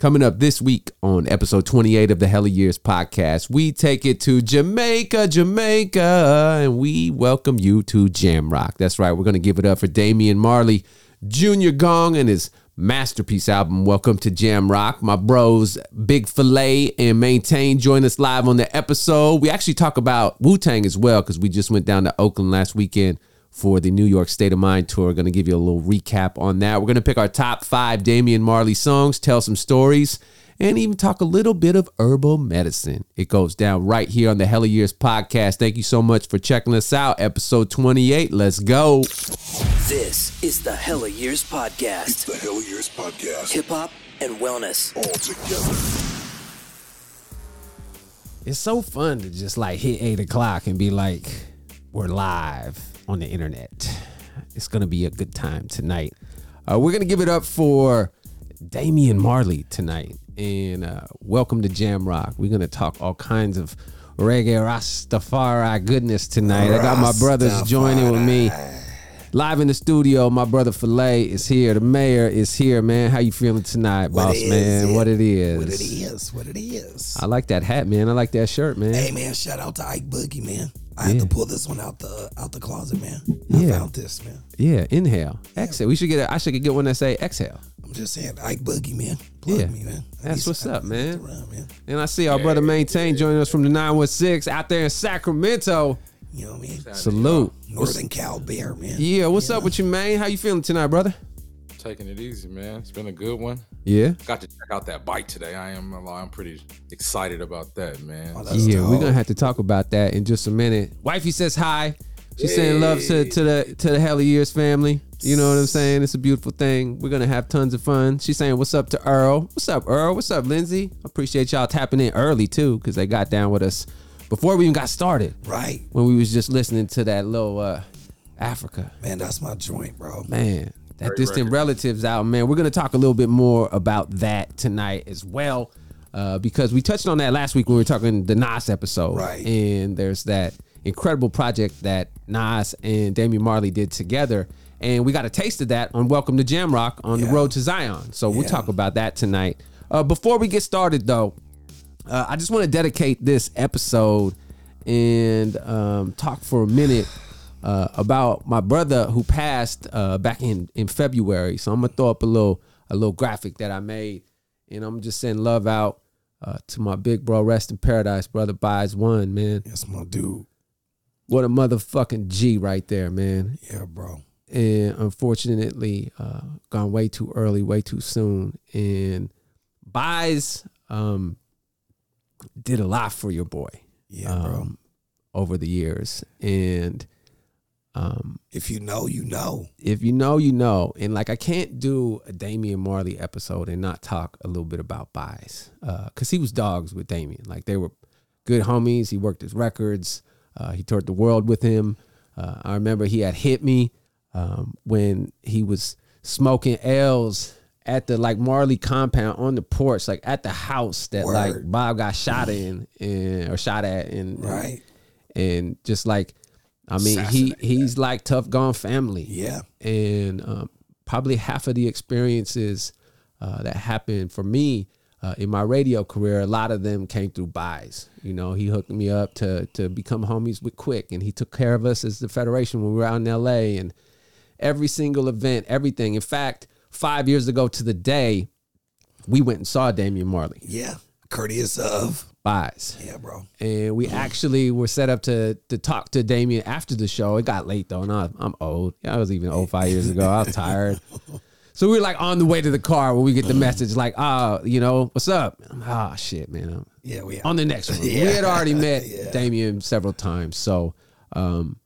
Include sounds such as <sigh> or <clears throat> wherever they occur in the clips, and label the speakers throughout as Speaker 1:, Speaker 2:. Speaker 1: Coming up this week on episode 28 of the Hella Years podcast, we take it to Jamaica, Jamaica, and we welcome you to Jam Rock. That's right, we're going to give it up for Damian Marley, Junior Gong, and his masterpiece album, Welcome to Jam Rock. My bros, Big Filet and Maintain, join us live on the episode. We actually talk about Wu Tang as well because we just went down to Oakland last weekend for the New York State of Mind tour. Going to give you a little recap on that. We're going to pick our top five Damian Marley songs, tell some stories, and even talk a little bit of herbal medicine. It goes down right here on the Hella Years podcast. Thank you so much for checking us out. Episode 28. Let's go.
Speaker 2: This is the Hella Years Podcast.
Speaker 3: The Hell Years Podcast.
Speaker 2: Hip hop and wellness.
Speaker 3: All together.
Speaker 1: It's so fun to just like hit eight o'clock and be like, we're live on the internet. It's gonna be a good time tonight. Uh, we're gonna give it up for Damian Marley tonight, and uh, welcome to Jam Rock. We're gonna talk all kinds of reggae Rastafari goodness tonight. I got my brothers joining with me. Live in the studio, my brother Filet is here. The mayor is here, man. How you feeling tonight, boss
Speaker 4: is
Speaker 1: man?
Speaker 4: it?
Speaker 1: What it is?
Speaker 4: What it is, what it is.
Speaker 1: I like that hat, man. I like that shirt, man.
Speaker 4: hey man, shout out to Ike Boogie, man. I had
Speaker 1: Yeah.
Speaker 4: to pull this one out the out the closet, man. I
Speaker 1: Yeah.
Speaker 4: found this, man.
Speaker 1: Yeah, inhale, exhale. We should get. A, I should get one that say exhale.
Speaker 4: I'm just saying, Ike Boogie, man. Plug
Speaker 1: Yeah.
Speaker 4: me, man. I
Speaker 1: That's
Speaker 4: need-
Speaker 1: what's
Speaker 4: I
Speaker 1: up,
Speaker 4: need
Speaker 1: man.
Speaker 4: to Run, man.
Speaker 1: And I see our brother Maintain joining us from the 916 out there in Sacramento.
Speaker 4: You know what I mean?
Speaker 1: Salute.
Speaker 4: Northern Cal Bear, man.
Speaker 1: Yeah, what's up with you, man? How you feeling tonight, brother?
Speaker 5: Taking it easy, man. It's been a good one.
Speaker 1: Yeah.
Speaker 5: Got to check out that bike today. I am. I'm pretty excited about that, man.
Speaker 4: Oh, that's
Speaker 1: Yeah, we're
Speaker 4: dope.
Speaker 1: gonna have to talk about that in just a minute. Wifey says hi. She's saying love to, to the to the Hell of Years family. You know what I'm saying? It's a beautiful thing. We're gonna have tons of fun. She's saying what's up to Earl. What's up, Earl? What's up, Lindsay? I appreciate y'all tapping in early too, because they got down with us before we even got started.
Speaker 4: Right.
Speaker 1: when we was just listening to that little uh Africa.
Speaker 4: Man, that's my joint, bro.
Speaker 1: Man, that distant relatives out, man. We're gonna talk a little bit more about that tonight as well. Uh, because we touched on that last week when we were talking the Nas episode.
Speaker 4: Right.
Speaker 1: And there's that incredible project that Nas and Damian Marley did together. And we got a taste of that on Welcome to Jamrock on the
Speaker 4: Yeah.
Speaker 1: road to Zion. So we'll
Speaker 4: Yeah.
Speaker 1: talk about that tonight. Uh, before we get started, though, uh, I just want to dedicate this episode and um, talk for a minute uh, about my brother who passed uh, back in, in February. So I'm gonna throw up a little a little graphic that I made, and I'm just sending love out uh, to my big bro. Rest in paradise, brother. Buys one man.
Speaker 4: That's my dude.
Speaker 1: What a motherfucking G right there, man.
Speaker 4: Yeah, bro.
Speaker 1: And unfortunately, uh, gone way too early, way too soon. And buys um, did a lot for your boy
Speaker 4: Yeah, bro.
Speaker 1: um, over the years. And um,
Speaker 4: If you know, you know.
Speaker 1: if you know, you know. And like, I can't do a Damian Marley episode and not talk a little bit about buys because he was dogs with Damian. Like, they were good homies. He worked his records, uh, he toured the world with him. Uh, I remember he had hit me um, when he was smoking L's at the like Marley compound on the porch, like at the house that like
Speaker 4: Word.
Speaker 1: Bob got shot in and or shot at, and
Speaker 4: Right.
Speaker 1: and just like I mean he he's like tough gone family
Speaker 4: Yeah.
Speaker 1: and um, probably half of the experiences uh, that happened for me uh, in my radio career, a lot of them came through buys. You know, he hooked me up to to become homies with Quick, and he took care of us as the Federation when we were out in L.A. and every single event, everything. In fact, five years ago to the day, we went and saw Damian Marley
Speaker 4: Yeah. Courteous of.
Speaker 1: buys
Speaker 4: Yeah, bro.
Speaker 1: and we actually were set up to to talk to Damien after the show. It got late though, and I, I'm old. I was even old five years ago. I was tired. So we were like on the way to the car when we get the message, like, ah, you know, what's up? Ah, shit, man. I'm-
Speaker 4: Yeah, we
Speaker 1: on the next one. We
Speaker 4: <laughs> Yeah.
Speaker 1: had already met
Speaker 4: <laughs> Yeah.
Speaker 1: Damien several times. So, um,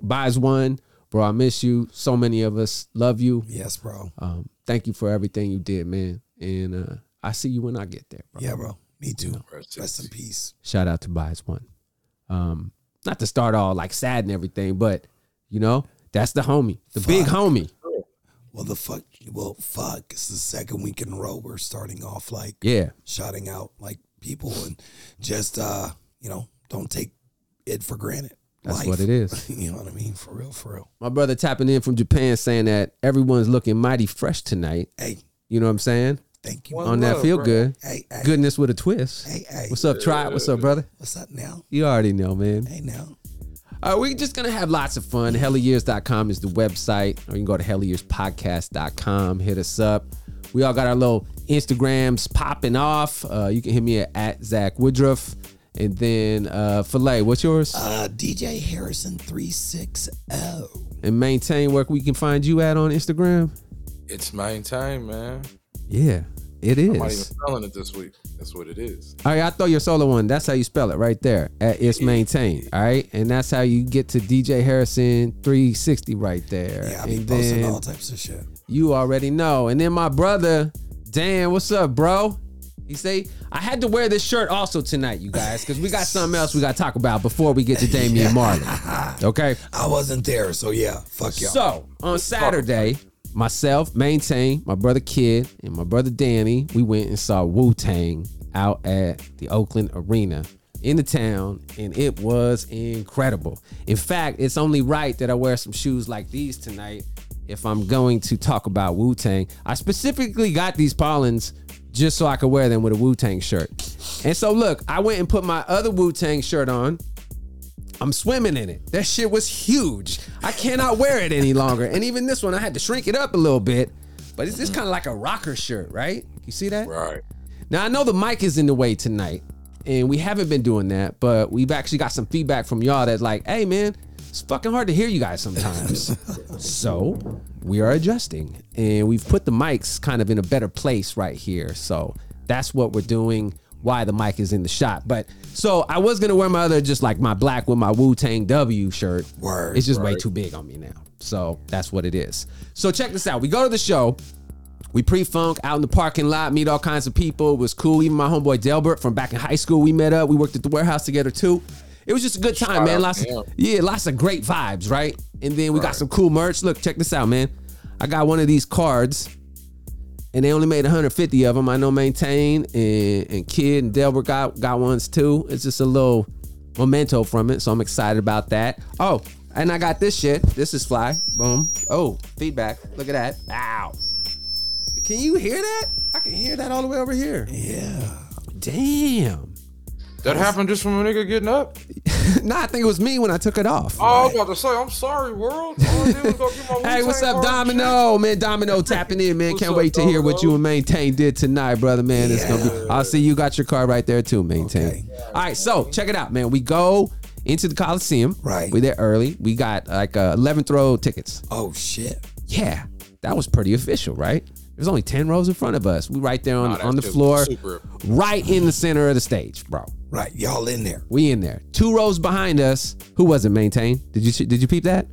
Speaker 1: buys one, bro. I miss you. So many of us love you.
Speaker 4: Yes, bro.
Speaker 1: Um, thank you for everything you did, man. And uh, I see you when I get there, bro.
Speaker 4: Yeah, bro. Me too.
Speaker 5: Rest in
Speaker 4: Rest in peace.
Speaker 1: Shout out to Bias One. Um, not to start all like sad and everything, but you know, that's the homie, the big
Speaker 4: Fuck.
Speaker 1: homie.
Speaker 4: Well, the fuck. Well, fuck. It's the second week in a row we're starting off like
Speaker 1: Yeah.
Speaker 4: shouting out like people and just uh you know don't take it for granted.
Speaker 1: That's what it is.
Speaker 4: <laughs> you know what I mean? For real, for real.
Speaker 1: My brother tapping in from Japan saying that everyone's looking mighty fresh tonight.
Speaker 4: Hey,
Speaker 1: You know what I'm saying?
Speaker 4: Thank you.
Speaker 5: Well-
Speaker 1: on that
Speaker 5: love,
Speaker 1: feel
Speaker 5: bro.
Speaker 1: good.
Speaker 4: Hey, hey.
Speaker 1: Goodness with a twist.
Speaker 4: Oh, Hey, hey.
Speaker 1: What's up, Tribe? What's up, brother?
Speaker 4: What's up now?
Speaker 1: You already know, man.
Speaker 4: Hey now.
Speaker 1: All right, Uh, we're just going to have lots of fun. Hellyyears.com is the website, or you can go to hellyyearspodcast.com. Hit us up. We all got our little Instagrams popping off. Uh, you can hit me at, at Zach Woodruff. And then, uh, Filet, what's yours?
Speaker 4: Uh, DJ Harrison three six oh. zero.
Speaker 1: and Maintain Work, we can find you at on Instagram.
Speaker 5: It's maintained, man.
Speaker 1: Yeah, it is.
Speaker 5: I'm not even spelling it this week. That's what it is.
Speaker 1: All right, I throw your solo one. That's how you spell it right there. At it's maintained. All right, and that's how you get to DJ Harrison 360 right there.
Speaker 4: Yeah, I be
Speaker 1: and
Speaker 4: posting
Speaker 1: then
Speaker 4: all types of shit.
Speaker 1: you already know. And then my brother, Dan, what's up, bro? He say I had to wear this shirt also tonight, you guys, because we got something else we got to talk about before we get to
Speaker 4: <laughs>
Speaker 1: Damian Marley. Okay.
Speaker 4: I wasn't there, so yeah. Fuck y'all.
Speaker 1: So on Saturday, myself, Maintain, my brother Kid, and my brother Danny, we went and saw Wu Tang out at the Oakland Arena in the town, and it was incredible. In fact, it's only right that I wear some shoes like these tonight if I'm going to talk about Wu Tang. I specifically got these Paulins just so I could wear them with a Wu Tang shirt. And so, look, I went and put my other Wu Tang shirt on. I'm swimming in it. That shit was huge. I cannot wear it any longer. And even this one, I had to shrink it up a little bit. But it's just kind of like a rocker shirt, right? You see that?
Speaker 5: Right.
Speaker 1: Now I know the mic is in the way tonight, and we haven't been doing that, but we've actually got some feedback from y'all that's like, "Hey, man, it's fucking hard to hear you guys sometimes." so we are adjusting, and we've put the mics kind of in a better place right here. So that's what we're doing. Why the mic is in the shot, but so I was gonna wear my other just like my black with my Wu Tang W shirt.
Speaker 4: Word.
Speaker 1: It's just way too big on me now. So that's what it is. So check this out. We go to the show. We pre-funk out in the parking lot, meet all kinds of people. It was cool. Even my homeboy Delbert from back in high school, we met up. We worked at the warehouse together too. It was just a good time,
Speaker 5: Shout
Speaker 1: man.
Speaker 5: out
Speaker 1: Lots
Speaker 5: to him.
Speaker 1: of, yeah, lots of great vibes, right? And then we got some cool merch. Look, check this out, man. I got one of these cards, and they only made 150 of them. I know Maintain and, and Kid and Delbert got got ones too. It's just a little memento from it, so I'm excited about that. Oh, and I got this shit. This is fly. Boom. Oh, feedback. Look at that. Ow. Can you hear that? I can hear that all the way over here.
Speaker 4: yeah.
Speaker 1: Damn.
Speaker 5: That happened just from a nigga getting up.
Speaker 1: <laughs> nah, I think it was me when I took it off.
Speaker 5: Oh, I was about to say, I'm sorry, world. All I did was go
Speaker 1: <laughs>
Speaker 5: get my
Speaker 1: Hey, what's up, Domino? Man, Domino tapping in, man.
Speaker 5: What's
Speaker 1: Can't
Speaker 5: up,
Speaker 1: wait to hear what you
Speaker 5: Domino?
Speaker 1: and Maintain did tonight, brother, man. It's gonna be I'll see you got your card right there too, Maintain.
Speaker 4: Okay.
Speaker 1: All right, so check it out, man. We go into the Coliseum.
Speaker 4: Right.
Speaker 1: We're there early. We got like uh, 11th row tickets.
Speaker 4: Oh shit.
Speaker 1: Yeah. That was pretty official, right? There's only 10 rows in front of us. We right there on,
Speaker 5: Nah, that
Speaker 1: on the
Speaker 5: shit was
Speaker 1: floor.
Speaker 5: super.
Speaker 1: Right in the center of the stage, bro.
Speaker 4: Right. Y'all in there.
Speaker 1: We in there. Two rows behind us. Who was it, Maintain? Did you did you peep that?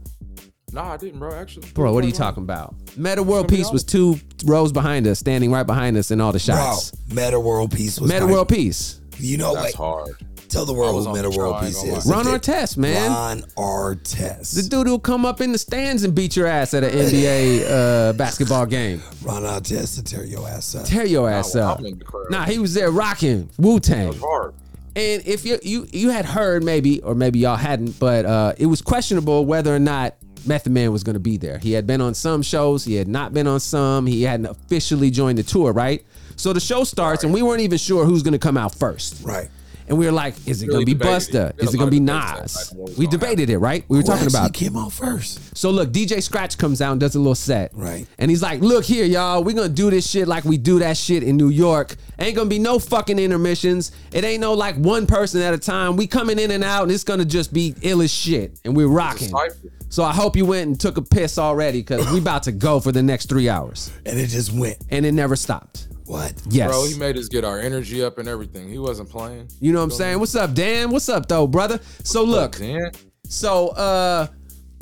Speaker 5: Nah, I didn't, bro. Actually,
Speaker 1: Bro, what are you talking about? Meta World Peace was two rows behind us, standing right behind us in all the
Speaker 4: Bro,
Speaker 1: shots.
Speaker 4: Meta World Peace was
Speaker 1: Meta
Speaker 4: nice.
Speaker 1: World Peace.
Speaker 4: You know
Speaker 5: That's
Speaker 4: what?
Speaker 5: hard.
Speaker 4: Tell the
Speaker 5: I
Speaker 4: world
Speaker 5: was
Speaker 4: who
Speaker 5: on
Speaker 4: Meta
Speaker 5: the
Speaker 4: World
Speaker 5: triangle
Speaker 4: Peace is.
Speaker 1: Ron
Speaker 4: If they-
Speaker 1: Artest, man.
Speaker 4: Ron
Speaker 1: The
Speaker 4: Artest.
Speaker 1: dude who'll come up in the stands and beat your ass at an NBA uh, basketball game.
Speaker 4: Ron Artest to tear your ass up.
Speaker 1: Tear your ass
Speaker 5: well,
Speaker 1: up.
Speaker 5: I'm in the crowd.
Speaker 1: Nah, he was there rocking Wu Tang.
Speaker 5: Hard.
Speaker 1: And if you you you had heard maybe or maybe y'all hadn't, but uh, it was questionable whether or not Method Man was going to be there. He had been on some shows, he had not been on some. He hadn't officially joined the tour, right? So the show starts, and we weren't even sure who's going to come out first.
Speaker 4: Right.
Speaker 1: And we were like, is it going to
Speaker 5: Really
Speaker 1: be
Speaker 5: debated it.
Speaker 1: Busta?
Speaker 5: There's
Speaker 1: Is it
Speaker 5: a
Speaker 1: going to
Speaker 5: lot
Speaker 1: be
Speaker 5: of debates that
Speaker 1: Nas?
Speaker 5: night when it was
Speaker 1: We
Speaker 5: gonna
Speaker 1: debated it, right? We were talking
Speaker 4: Who actually
Speaker 1: about
Speaker 4: came out first.
Speaker 1: so look, DJ Scratch comes out and does a little set.
Speaker 4: Right.
Speaker 1: And he's like, look here, y'all, we're gonna do this shit like we do that shit in New York. Ain't gonna be no fucking intermissions. It ain't no like one person at a time. We coming in and out, and it's gonna just be ill as shit. And we're rocking.
Speaker 5: cipher.
Speaker 1: So I hope you went and took a piss already, cause we about to go for the next three hours.
Speaker 4: And it just went.
Speaker 1: And it never stopped.
Speaker 4: What?
Speaker 1: Yes.
Speaker 5: Bro, he made us get our energy up and everything. He wasn't playing.
Speaker 1: you know what I'm saying? What's up, Dan? What's up though, brother? So look,
Speaker 5: Dan,
Speaker 1: So uh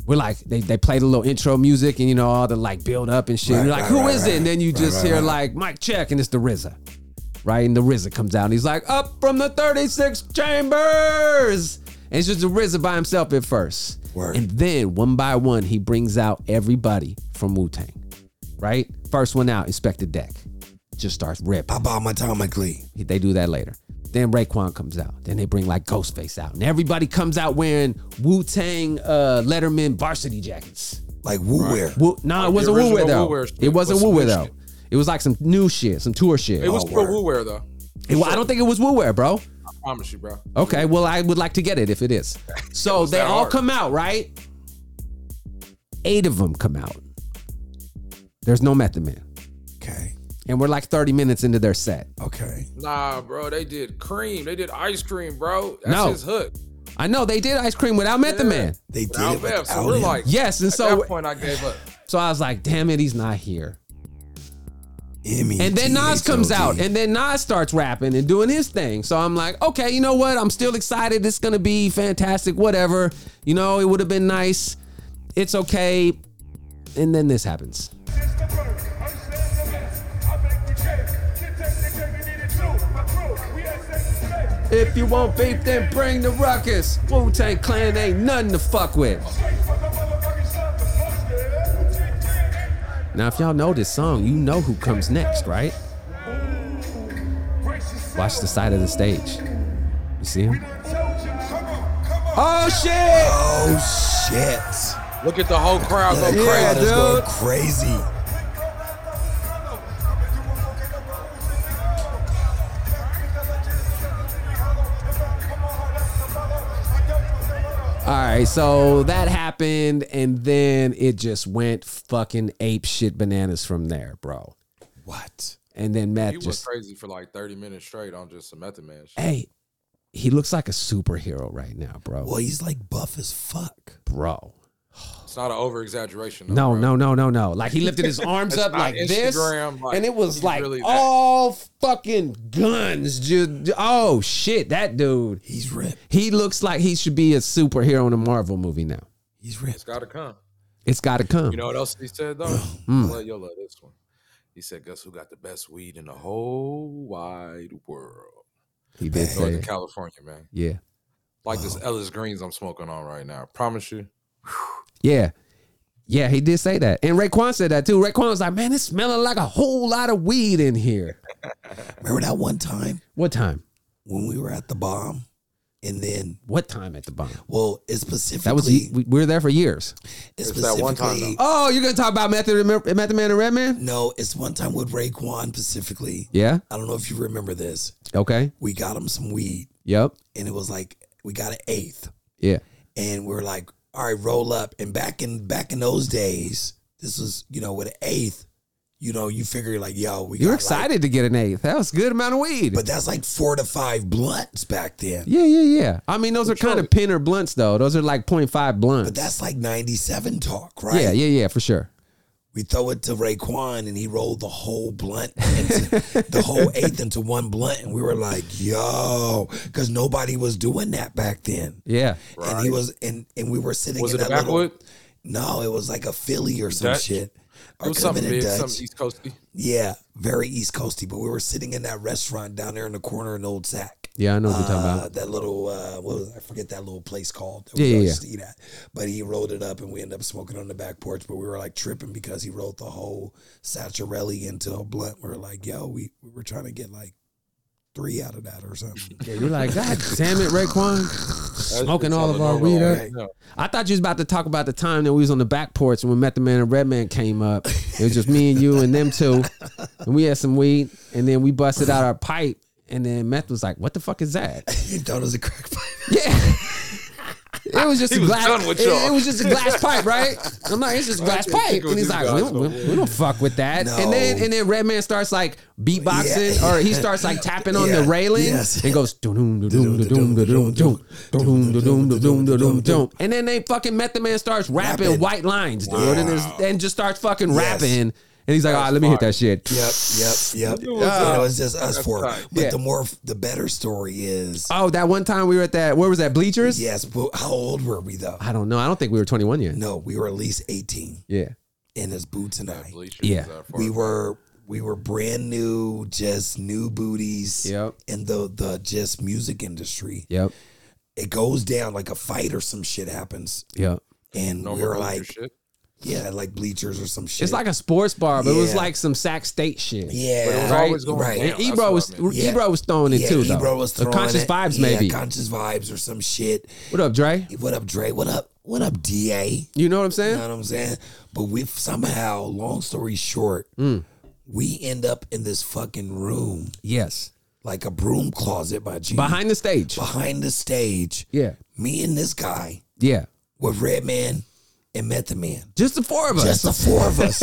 Speaker 1: we're like they, they played a little intro music and you know all the like build up and shit.
Speaker 4: Right,
Speaker 1: you're like,
Speaker 4: right,
Speaker 1: who is
Speaker 4: right,
Speaker 1: it?
Speaker 4: right.
Speaker 1: And then you
Speaker 4: Right,
Speaker 1: just
Speaker 4: right,
Speaker 1: hear
Speaker 4: right.
Speaker 1: like Mike check and it's the RZA. Right? And the RZA comes out and he's like, up from the 36 chambers. And it's just the RZA by himself at first.
Speaker 4: Word.
Speaker 1: And then one by one, he brings out everybody from Wu Tang. Right? First one out, Inspector Deck. Just starts ripping.
Speaker 4: Abomatomically.
Speaker 1: They do that later. Then Raekwon comes out. Then they bring like Ghostface out, and everybody comes out wearing Wu Tang uh, Letterman varsity jackets.
Speaker 4: Like woo wear.
Speaker 1: Wu- no, it wasn't Wu
Speaker 5: Oh, original
Speaker 1: Wear though.
Speaker 5: Wu Wear shit
Speaker 1: it wasn't
Speaker 5: was
Speaker 1: Wu Wear
Speaker 5: some
Speaker 1: though.
Speaker 5: shit.
Speaker 1: It was like some new shit, some tour shit.
Speaker 5: It was
Speaker 4: Oh,
Speaker 5: pro
Speaker 4: word.
Speaker 5: Wooware though.
Speaker 1: It wa- I don't think it was WooWare, bro.
Speaker 5: I promise you, bro.
Speaker 1: Okay, well, I would like to get it if it
Speaker 5: <laughs>
Speaker 1: is. So they
Speaker 5: that
Speaker 1: all
Speaker 5: hard.
Speaker 1: come out, right? Eight of them come out. There's no Method Man.
Speaker 4: Okay.
Speaker 1: And we're like 30 minutes into their set.
Speaker 4: Okay.
Speaker 5: Nah, bro. They did cream. They did ice cream, bro. That's
Speaker 1: No.
Speaker 5: his hook.
Speaker 1: I know they did ice cream without Method
Speaker 5: Yeah.
Speaker 1: Man.
Speaker 4: They did
Speaker 5: Now,
Speaker 4: it
Speaker 5: man,
Speaker 4: without
Speaker 5: so we're
Speaker 4: him.
Speaker 5: like,
Speaker 1: Yes, and
Speaker 5: at that
Speaker 1: so
Speaker 5: point, I gave up.
Speaker 1: so I was like, damn it, he's not here.
Speaker 4: Emmy
Speaker 1: And then Nas comes out,
Speaker 4: THOD.
Speaker 1: and then Nas starts rapping and doing his thing. So I'm like, okay, you know what? I'm still excited. It's gonna be fantastic. Whatever. You know, it would have been nice. It's okay. And then this happens. If you want beef, then bring the ruckus. Wu Tang Clan ain't nothing to fuck with. Now, if y'all know this song, you know who comes next, right? Watch the side of the stage. You see him? Oh shit!
Speaker 4: Oh shit!
Speaker 5: Look at the whole crowd
Speaker 4: The
Speaker 5: go crazy.
Speaker 4: crowd is going
Speaker 1: dude.
Speaker 4: crazy.
Speaker 1: All right, so that happened, and then it just went fucking ape shit bananas from there, bro.
Speaker 4: What?
Speaker 1: And then Meth
Speaker 5: He was
Speaker 1: just,
Speaker 5: crazy for like 30 minutes straight on just some Method Man shit.
Speaker 1: hey, he looks like a superhero right now, bro.
Speaker 4: Well, he's like buff as fuck.
Speaker 5: Oh,
Speaker 1: Bro.
Speaker 5: It's not an over exaggeration.
Speaker 1: No, no, no, no, no. Like he lifted
Speaker 5: <laughs>
Speaker 1: his arms
Speaker 5: It's
Speaker 1: up
Speaker 5: not
Speaker 1: like this,
Speaker 5: Instagram, like,
Speaker 1: and it was
Speaker 5: he's
Speaker 1: like
Speaker 5: really that-
Speaker 1: all fucking guns. Just oh shit, that dude.
Speaker 4: He's ripped.
Speaker 1: He looks like he should be a superhero in a Marvel movie now.
Speaker 4: He's
Speaker 5: It's
Speaker 4: ripped.
Speaker 5: got to come.
Speaker 1: It's got to come.
Speaker 5: You know what else he said though? I'll let you love this one. He said, "Guess who got the best weed in the whole wide world?
Speaker 1: he did
Speaker 4: Hey.
Speaker 1: say,
Speaker 5: Northern
Speaker 1: it.
Speaker 5: California, man.
Speaker 1: yeah,
Speaker 5: Like this Ellis Greens I'm smoking on right now. I promise you,
Speaker 1: yeah, yeah. He did say that, and Raekwon said that too. Raekwon was like, "Man, it's smelling like a whole lot of weed in here."
Speaker 4: Remember that one time
Speaker 1: What time?
Speaker 4: when we were at the bomb, and then
Speaker 1: What time at the bomb?
Speaker 4: well, it's specifically
Speaker 1: That was we, we were there for years.
Speaker 4: it's
Speaker 5: It's that
Speaker 4: specifically
Speaker 5: one time, though.
Speaker 1: Oh, you're gonna talk about Method, Method Man and Redman?
Speaker 4: no, it's one time with Raekwon specifically.
Speaker 1: Yeah.
Speaker 4: I don't know if you remember this.
Speaker 1: Okay.
Speaker 4: We got him some weed,
Speaker 1: Yep.
Speaker 4: and it was like we got an eighth,
Speaker 1: Yeah.
Speaker 4: and we are like, all right, roll up. And back in back in those days, this was you know with an eighth, you know, you figure like, yo, we
Speaker 1: You're
Speaker 4: got, like,
Speaker 1: excited to get an eighth. That was a good amount of weed.
Speaker 4: But that's like four to five blunts back then.
Speaker 1: yeah, yeah, yeah. I mean, those are kind of
Speaker 5: sure.
Speaker 1: pinner blunts, though. Those are like 0.5 blunts.
Speaker 4: But that's like 97 talk, right?
Speaker 1: Yeah, yeah, yeah, for sure.
Speaker 4: We throw it to Raekwon and he rolled the whole blunt, into, the whole eighth into one blunt. And we were like, yo, because nobody was doing that back then.
Speaker 1: Yeah.
Speaker 4: And he was, and, and we were sitting
Speaker 5: was
Speaker 4: in
Speaker 5: it a
Speaker 4: that little-
Speaker 5: backwood?
Speaker 4: no, it was like a Philly or some
Speaker 5: Dutch?
Speaker 4: shit.
Speaker 5: It
Speaker 4: Or
Speaker 5: was
Speaker 4: could've
Speaker 5: something
Speaker 4: been a
Speaker 5: big,
Speaker 4: Dutch.
Speaker 5: something East Coasty.
Speaker 4: Yeah, very East Coasty. But we were sitting in that restaurant down there in the corner in Old Sack.
Speaker 1: Yeah, I know what you're talking
Speaker 4: Uh,
Speaker 1: about.
Speaker 4: that little uh, what was, I forget that little place called. That
Speaker 1: Yeah,
Speaker 4: we
Speaker 1: yeah,
Speaker 4: used to eat at. But he rolled it up, and we ended up smoking on the back porch. But we were like tripping because he rolled the whole Sacharelli into a blunt. We were like, yo, we, we were trying to get like three out of that or something.
Speaker 1: Yeah, you're like, God damn it, Raekwon. Smoking
Speaker 5: It's
Speaker 1: all
Speaker 5: on
Speaker 1: of
Speaker 5: the
Speaker 1: our
Speaker 5: normal
Speaker 1: weed.
Speaker 5: way.
Speaker 1: up.
Speaker 5: No.
Speaker 1: I thought you was about to talk about the time that we was on the back porch and when Method Man and Redman came up. It was just me and you and them two. And we had some weed. And then we busted out our pipe. And then Meth was like, what the fuck is that?
Speaker 4: <laughs> he thought it was a crack pipe.
Speaker 1: Yeah. <laughs> It was just a
Speaker 5: was
Speaker 1: glass.
Speaker 5: done with
Speaker 1: it,
Speaker 5: y'all.
Speaker 1: it was just a glass
Speaker 5: <laughs>
Speaker 1: pipe, right? I'm like, it's just a glass
Speaker 5: didn't think
Speaker 1: pipe,
Speaker 5: it was
Speaker 1: and he's
Speaker 5: you
Speaker 1: like, we,
Speaker 5: guys,
Speaker 1: we,
Speaker 5: no
Speaker 1: we don't fuck with that. And then
Speaker 4: No.
Speaker 1: and then Redman starts like beatboxing,
Speaker 4: Yeah.
Speaker 1: or he starts like tapping on the
Speaker 4: Yeah.
Speaker 1: railing,
Speaker 4: Yes.
Speaker 1: and goes doom doom doom doom doom doom doom doom doom doom doom, and then they fucking Method Man starts rapping,
Speaker 4: Rapping.
Speaker 1: white lines, dude, and, it's- and just starts fucking rapping, and he's like, all
Speaker 5: That's
Speaker 1: right, let me hit
Speaker 5: fire.
Speaker 1: that shit.
Speaker 4: Yep, yep, yep. Ah, <laughs>
Speaker 5: It was, uh,
Speaker 4: it was just us four.
Speaker 5: tight.
Speaker 4: But
Speaker 1: Yeah.
Speaker 4: the more, the better story is.
Speaker 1: Oh, that one time we were at that, where was that bleachers?
Speaker 4: Yes, but how old were we though?
Speaker 1: I don't know. I don't think we were 21 yet.
Speaker 4: No, we were at least 18
Speaker 1: Yeah.
Speaker 4: in his boots and I.
Speaker 5: Bleachers,
Speaker 1: Yeah.
Speaker 5: uh, for-
Speaker 4: we were we were brand new, just new booties
Speaker 1: Yep.
Speaker 4: in the the just music industry.
Speaker 1: Yep.
Speaker 4: It goes down like a fight or some shit happens,
Speaker 1: Yep.
Speaker 4: and
Speaker 5: normal
Speaker 4: we were
Speaker 5: bleacher
Speaker 4: like,
Speaker 5: shit.
Speaker 4: yeah, like bleachers or some shit.
Speaker 1: It's like a sports bar, but it was
Speaker 4: Yeah.
Speaker 1: like some Sac State shit.
Speaker 4: yeah,
Speaker 5: But it was always going
Speaker 4: right.
Speaker 5: down.
Speaker 1: And
Speaker 5: Yeah, that's
Speaker 1: Ebro
Speaker 5: what
Speaker 1: was
Speaker 5: I mean.
Speaker 4: Yeah.
Speaker 1: Ebro was throwing it
Speaker 4: yeah,
Speaker 1: too though.
Speaker 4: Ebro was
Speaker 1: The
Speaker 4: throwing
Speaker 1: conscious
Speaker 4: it.
Speaker 1: vibes
Speaker 4: Yeah,
Speaker 1: maybe.
Speaker 4: conscious vibes or some shit.
Speaker 1: what up, Dre?
Speaker 4: What up, Dre? What up? What up, Da?
Speaker 1: You know what I'm saying? Hmm.
Speaker 4: You know what I'm saying? But we somehow, long story short, we end up in this fucking room,
Speaker 1: Yes.
Speaker 4: like a broom closet by G.
Speaker 1: Behind the stage.
Speaker 4: behind the stage,
Speaker 1: Yeah.
Speaker 4: me and this guy
Speaker 1: Yeah.
Speaker 4: with Redman and Method Man.
Speaker 1: Just the four of
Speaker 5: Oh,
Speaker 1: us.
Speaker 4: Just the four of
Speaker 5: <laughs>
Speaker 4: us.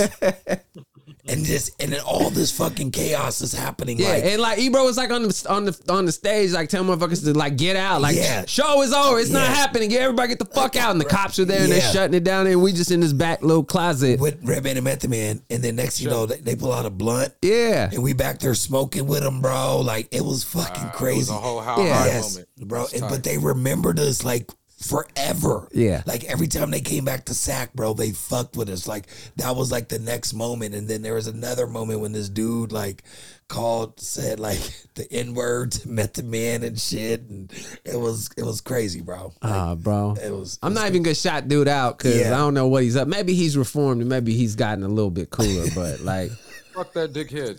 Speaker 4: and this and then all this fucking chaos is happening.
Speaker 1: yeah,
Speaker 4: like
Speaker 1: and like Ebro was like on the on the on the stage, like telling motherfuckers to like get out, like
Speaker 4: Yeah.
Speaker 1: show is over, it's not
Speaker 4: Yeah.
Speaker 1: happening. Get everybody get the fuck out, and the cops are there and they're
Speaker 4: Yeah.
Speaker 1: shutting it down, and we just in this back little closet.
Speaker 4: with Redman and Method Man. And then next you know, they, they pull out a blunt
Speaker 1: yeah,
Speaker 4: and we back there smoking with them, bro. Like it was fucking
Speaker 5: It was
Speaker 4: crazy.
Speaker 5: a whole how
Speaker 1: Yeah.
Speaker 5: high
Speaker 4: yes,
Speaker 5: moment.
Speaker 4: bro.
Speaker 5: It's
Speaker 4: And,
Speaker 5: tight.
Speaker 4: but they remembered us like forever.
Speaker 1: Yeah.
Speaker 4: Like every time they came back to SAC, bro, they fucked with us. Like that was like the next moment. And then there was another moment when this dude like called, said like <laughs> the N word to Method Man and shit. And it was it was crazy, bro.
Speaker 1: ah, bro,
Speaker 4: It was
Speaker 1: I'm not even gonna shot dude out because
Speaker 4: Yeah.
Speaker 1: I don't know what he's up. Maybe he's reformed and maybe he's gotten a little bit cooler,
Speaker 4: <laughs>
Speaker 1: but like
Speaker 5: Fuck that dickhead.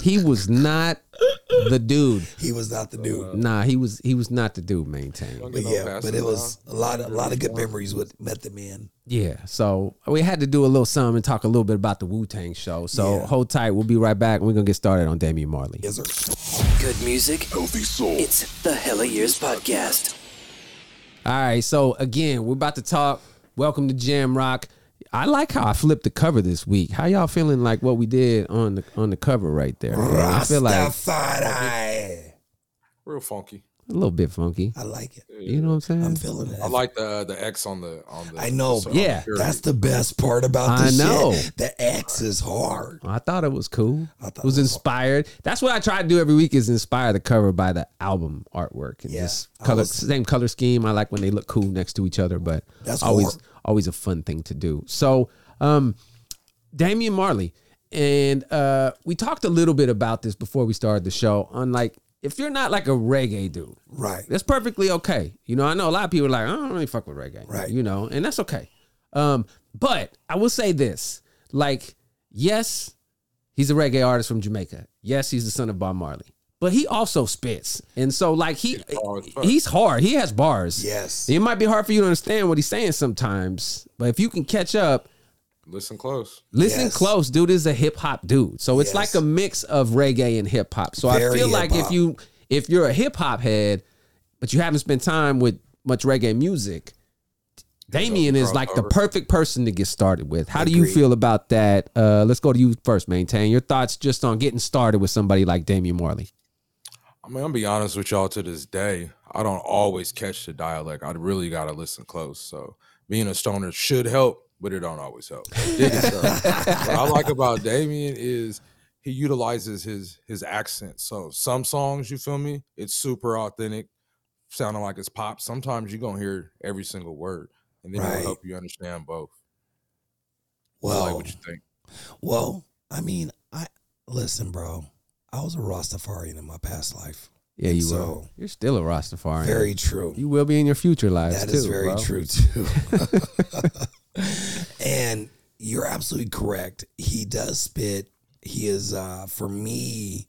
Speaker 1: he was not the dude.
Speaker 4: he was not the dude.
Speaker 1: Nah, he was he was not the dude. Maintained.
Speaker 4: But
Speaker 5: You know,
Speaker 4: yeah,
Speaker 5: pass
Speaker 4: but
Speaker 5: it
Speaker 4: it was a lot of a lot of good memories with Method Man.
Speaker 1: Yeah, so we had to do a little something and talk a little bit about the Wu Tang show. So
Speaker 4: Yeah.
Speaker 1: hold tight, we'll be right back. and We're gonna get started on Damian Marley.
Speaker 4: Yes, sir.
Speaker 2: Good music.
Speaker 3: Healthy soul.
Speaker 2: It's the Hella Years Podcast.
Speaker 1: All right, so again, we're about to talk. Welcome to Jam Rock. I like how I flipped the cover this week. How y'all feeling like what we did on the on the cover right there? I feel like a
Speaker 4: Rastafari.
Speaker 5: Real funky.
Speaker 1: little bit funky.
Speaker 4: I like it.
Speaker 1: You know what I'm saying?
Speaker 4: I'm feeling it.
Speaker 5: I like the the X on the on the.
Speaker 4: I know.
Speaker 5: so-
Speaker 1: Yeah.
Speaker 5: period.
Speaker 4: That's the best part about
Speaker 1: I
Speaker 4: this
Speaker 1: know.
Speaker 4: shit. The X is hard.
Speaker 1: I thought it was cool.
Speaker 4: I thought
Speaker 1: it was
Speaker 4: it was-
Speaker 1: inspired. That's what I try to do every week is inspire the cover by the album artwork and
Speaker 4: Yeah,
Speaker 1: just
Speaker 4: I
Speaker 1: color
Speaker 4: was-
Speaker 1: same color scheme. I like when they look cool next to each other, but
Speaker 4: That's
Speaker 1: always
Speaker 4: hard.
Speaker 1: always a fun thing to do. So, um Damian Marley and uh we talked a little bit about this before we started the show on like if you're not like a reggae dude,
Speaker 4: Right.
Speaker 1: that's perfectly okay. You know, I know a lot of people are like, "Oh, I don't really fuck with reggae.
Speaker 4: Right.
Speaker 1: You know, and that's okay. Um, but I will say this. Like, yes, he's a reggae artist from Jamaica. Yes, he's the son of Bob Marley. But he also spits. And so like he
Speaker 5: hard as fuck.
Speaker 1: he's hard. He has bars.
Speaker 4: Yes.
Speaker 1: It might be hard for you to understand what he's saying sometimes, but if you can catch up,
Speaker 5: Listen close.
Speaker 1: Listen
Speaker 4: Yes.
Speaker 1: close, dude is a hip hop dude. So it's
Speaker 4: Yes.
Speaker 1: like a mix of reggae and hip hop. So I
Speaker 4: Very
Speaker 1: feel like if
Speaker 4: hip-hop.
Speaker 1: you if you're a hip hop head, but you haven't spent time with much reggae music, Damien is like the
Speaker 5: crossover.
Speaker 1: perfect person to get started with. How do you
Speaker 4: Agreed.
Speaker 1: feel about that? Uh, let's go to you first, maintain your thoughts just on getting started with somebody like Damian Marley.
Speaker 5: I mean, I'm gonna be honest with y'all. To this day, I don't always catch the dialect. I really gotta listen close. So being a stoner should help, but it don't always help.
Speaker 4: <laughs>
Speaker 5: It didn't help. what I like about Damien is he utilizes his his accent. So some songs, you feel me, it's super authentic, sounding like it's pop. Sometimes you gonna hear every single word, and then
Speaker 4: Right.
Speaker 5: it'll help you understand both. I like
Speaker 4: Well,
Speaker 5: what you think.
Speaker 4: well, I mean, I listen, bro. I was a Rastafarian in my past life.
Speaker 1: Yeah, you
Speaker 4: So-
Speaker 1: will. You're still a Rastafarian.
Speaker 4: Very true.
Speaker 1: you will be in your future lives
Speaker 4: That
Speaker 1: too.
Speaker 4: is very
Speaker 1: bro.
Speaker 4: true too. <laughs> and you're absolutely correct. He does spit. He is uh for me,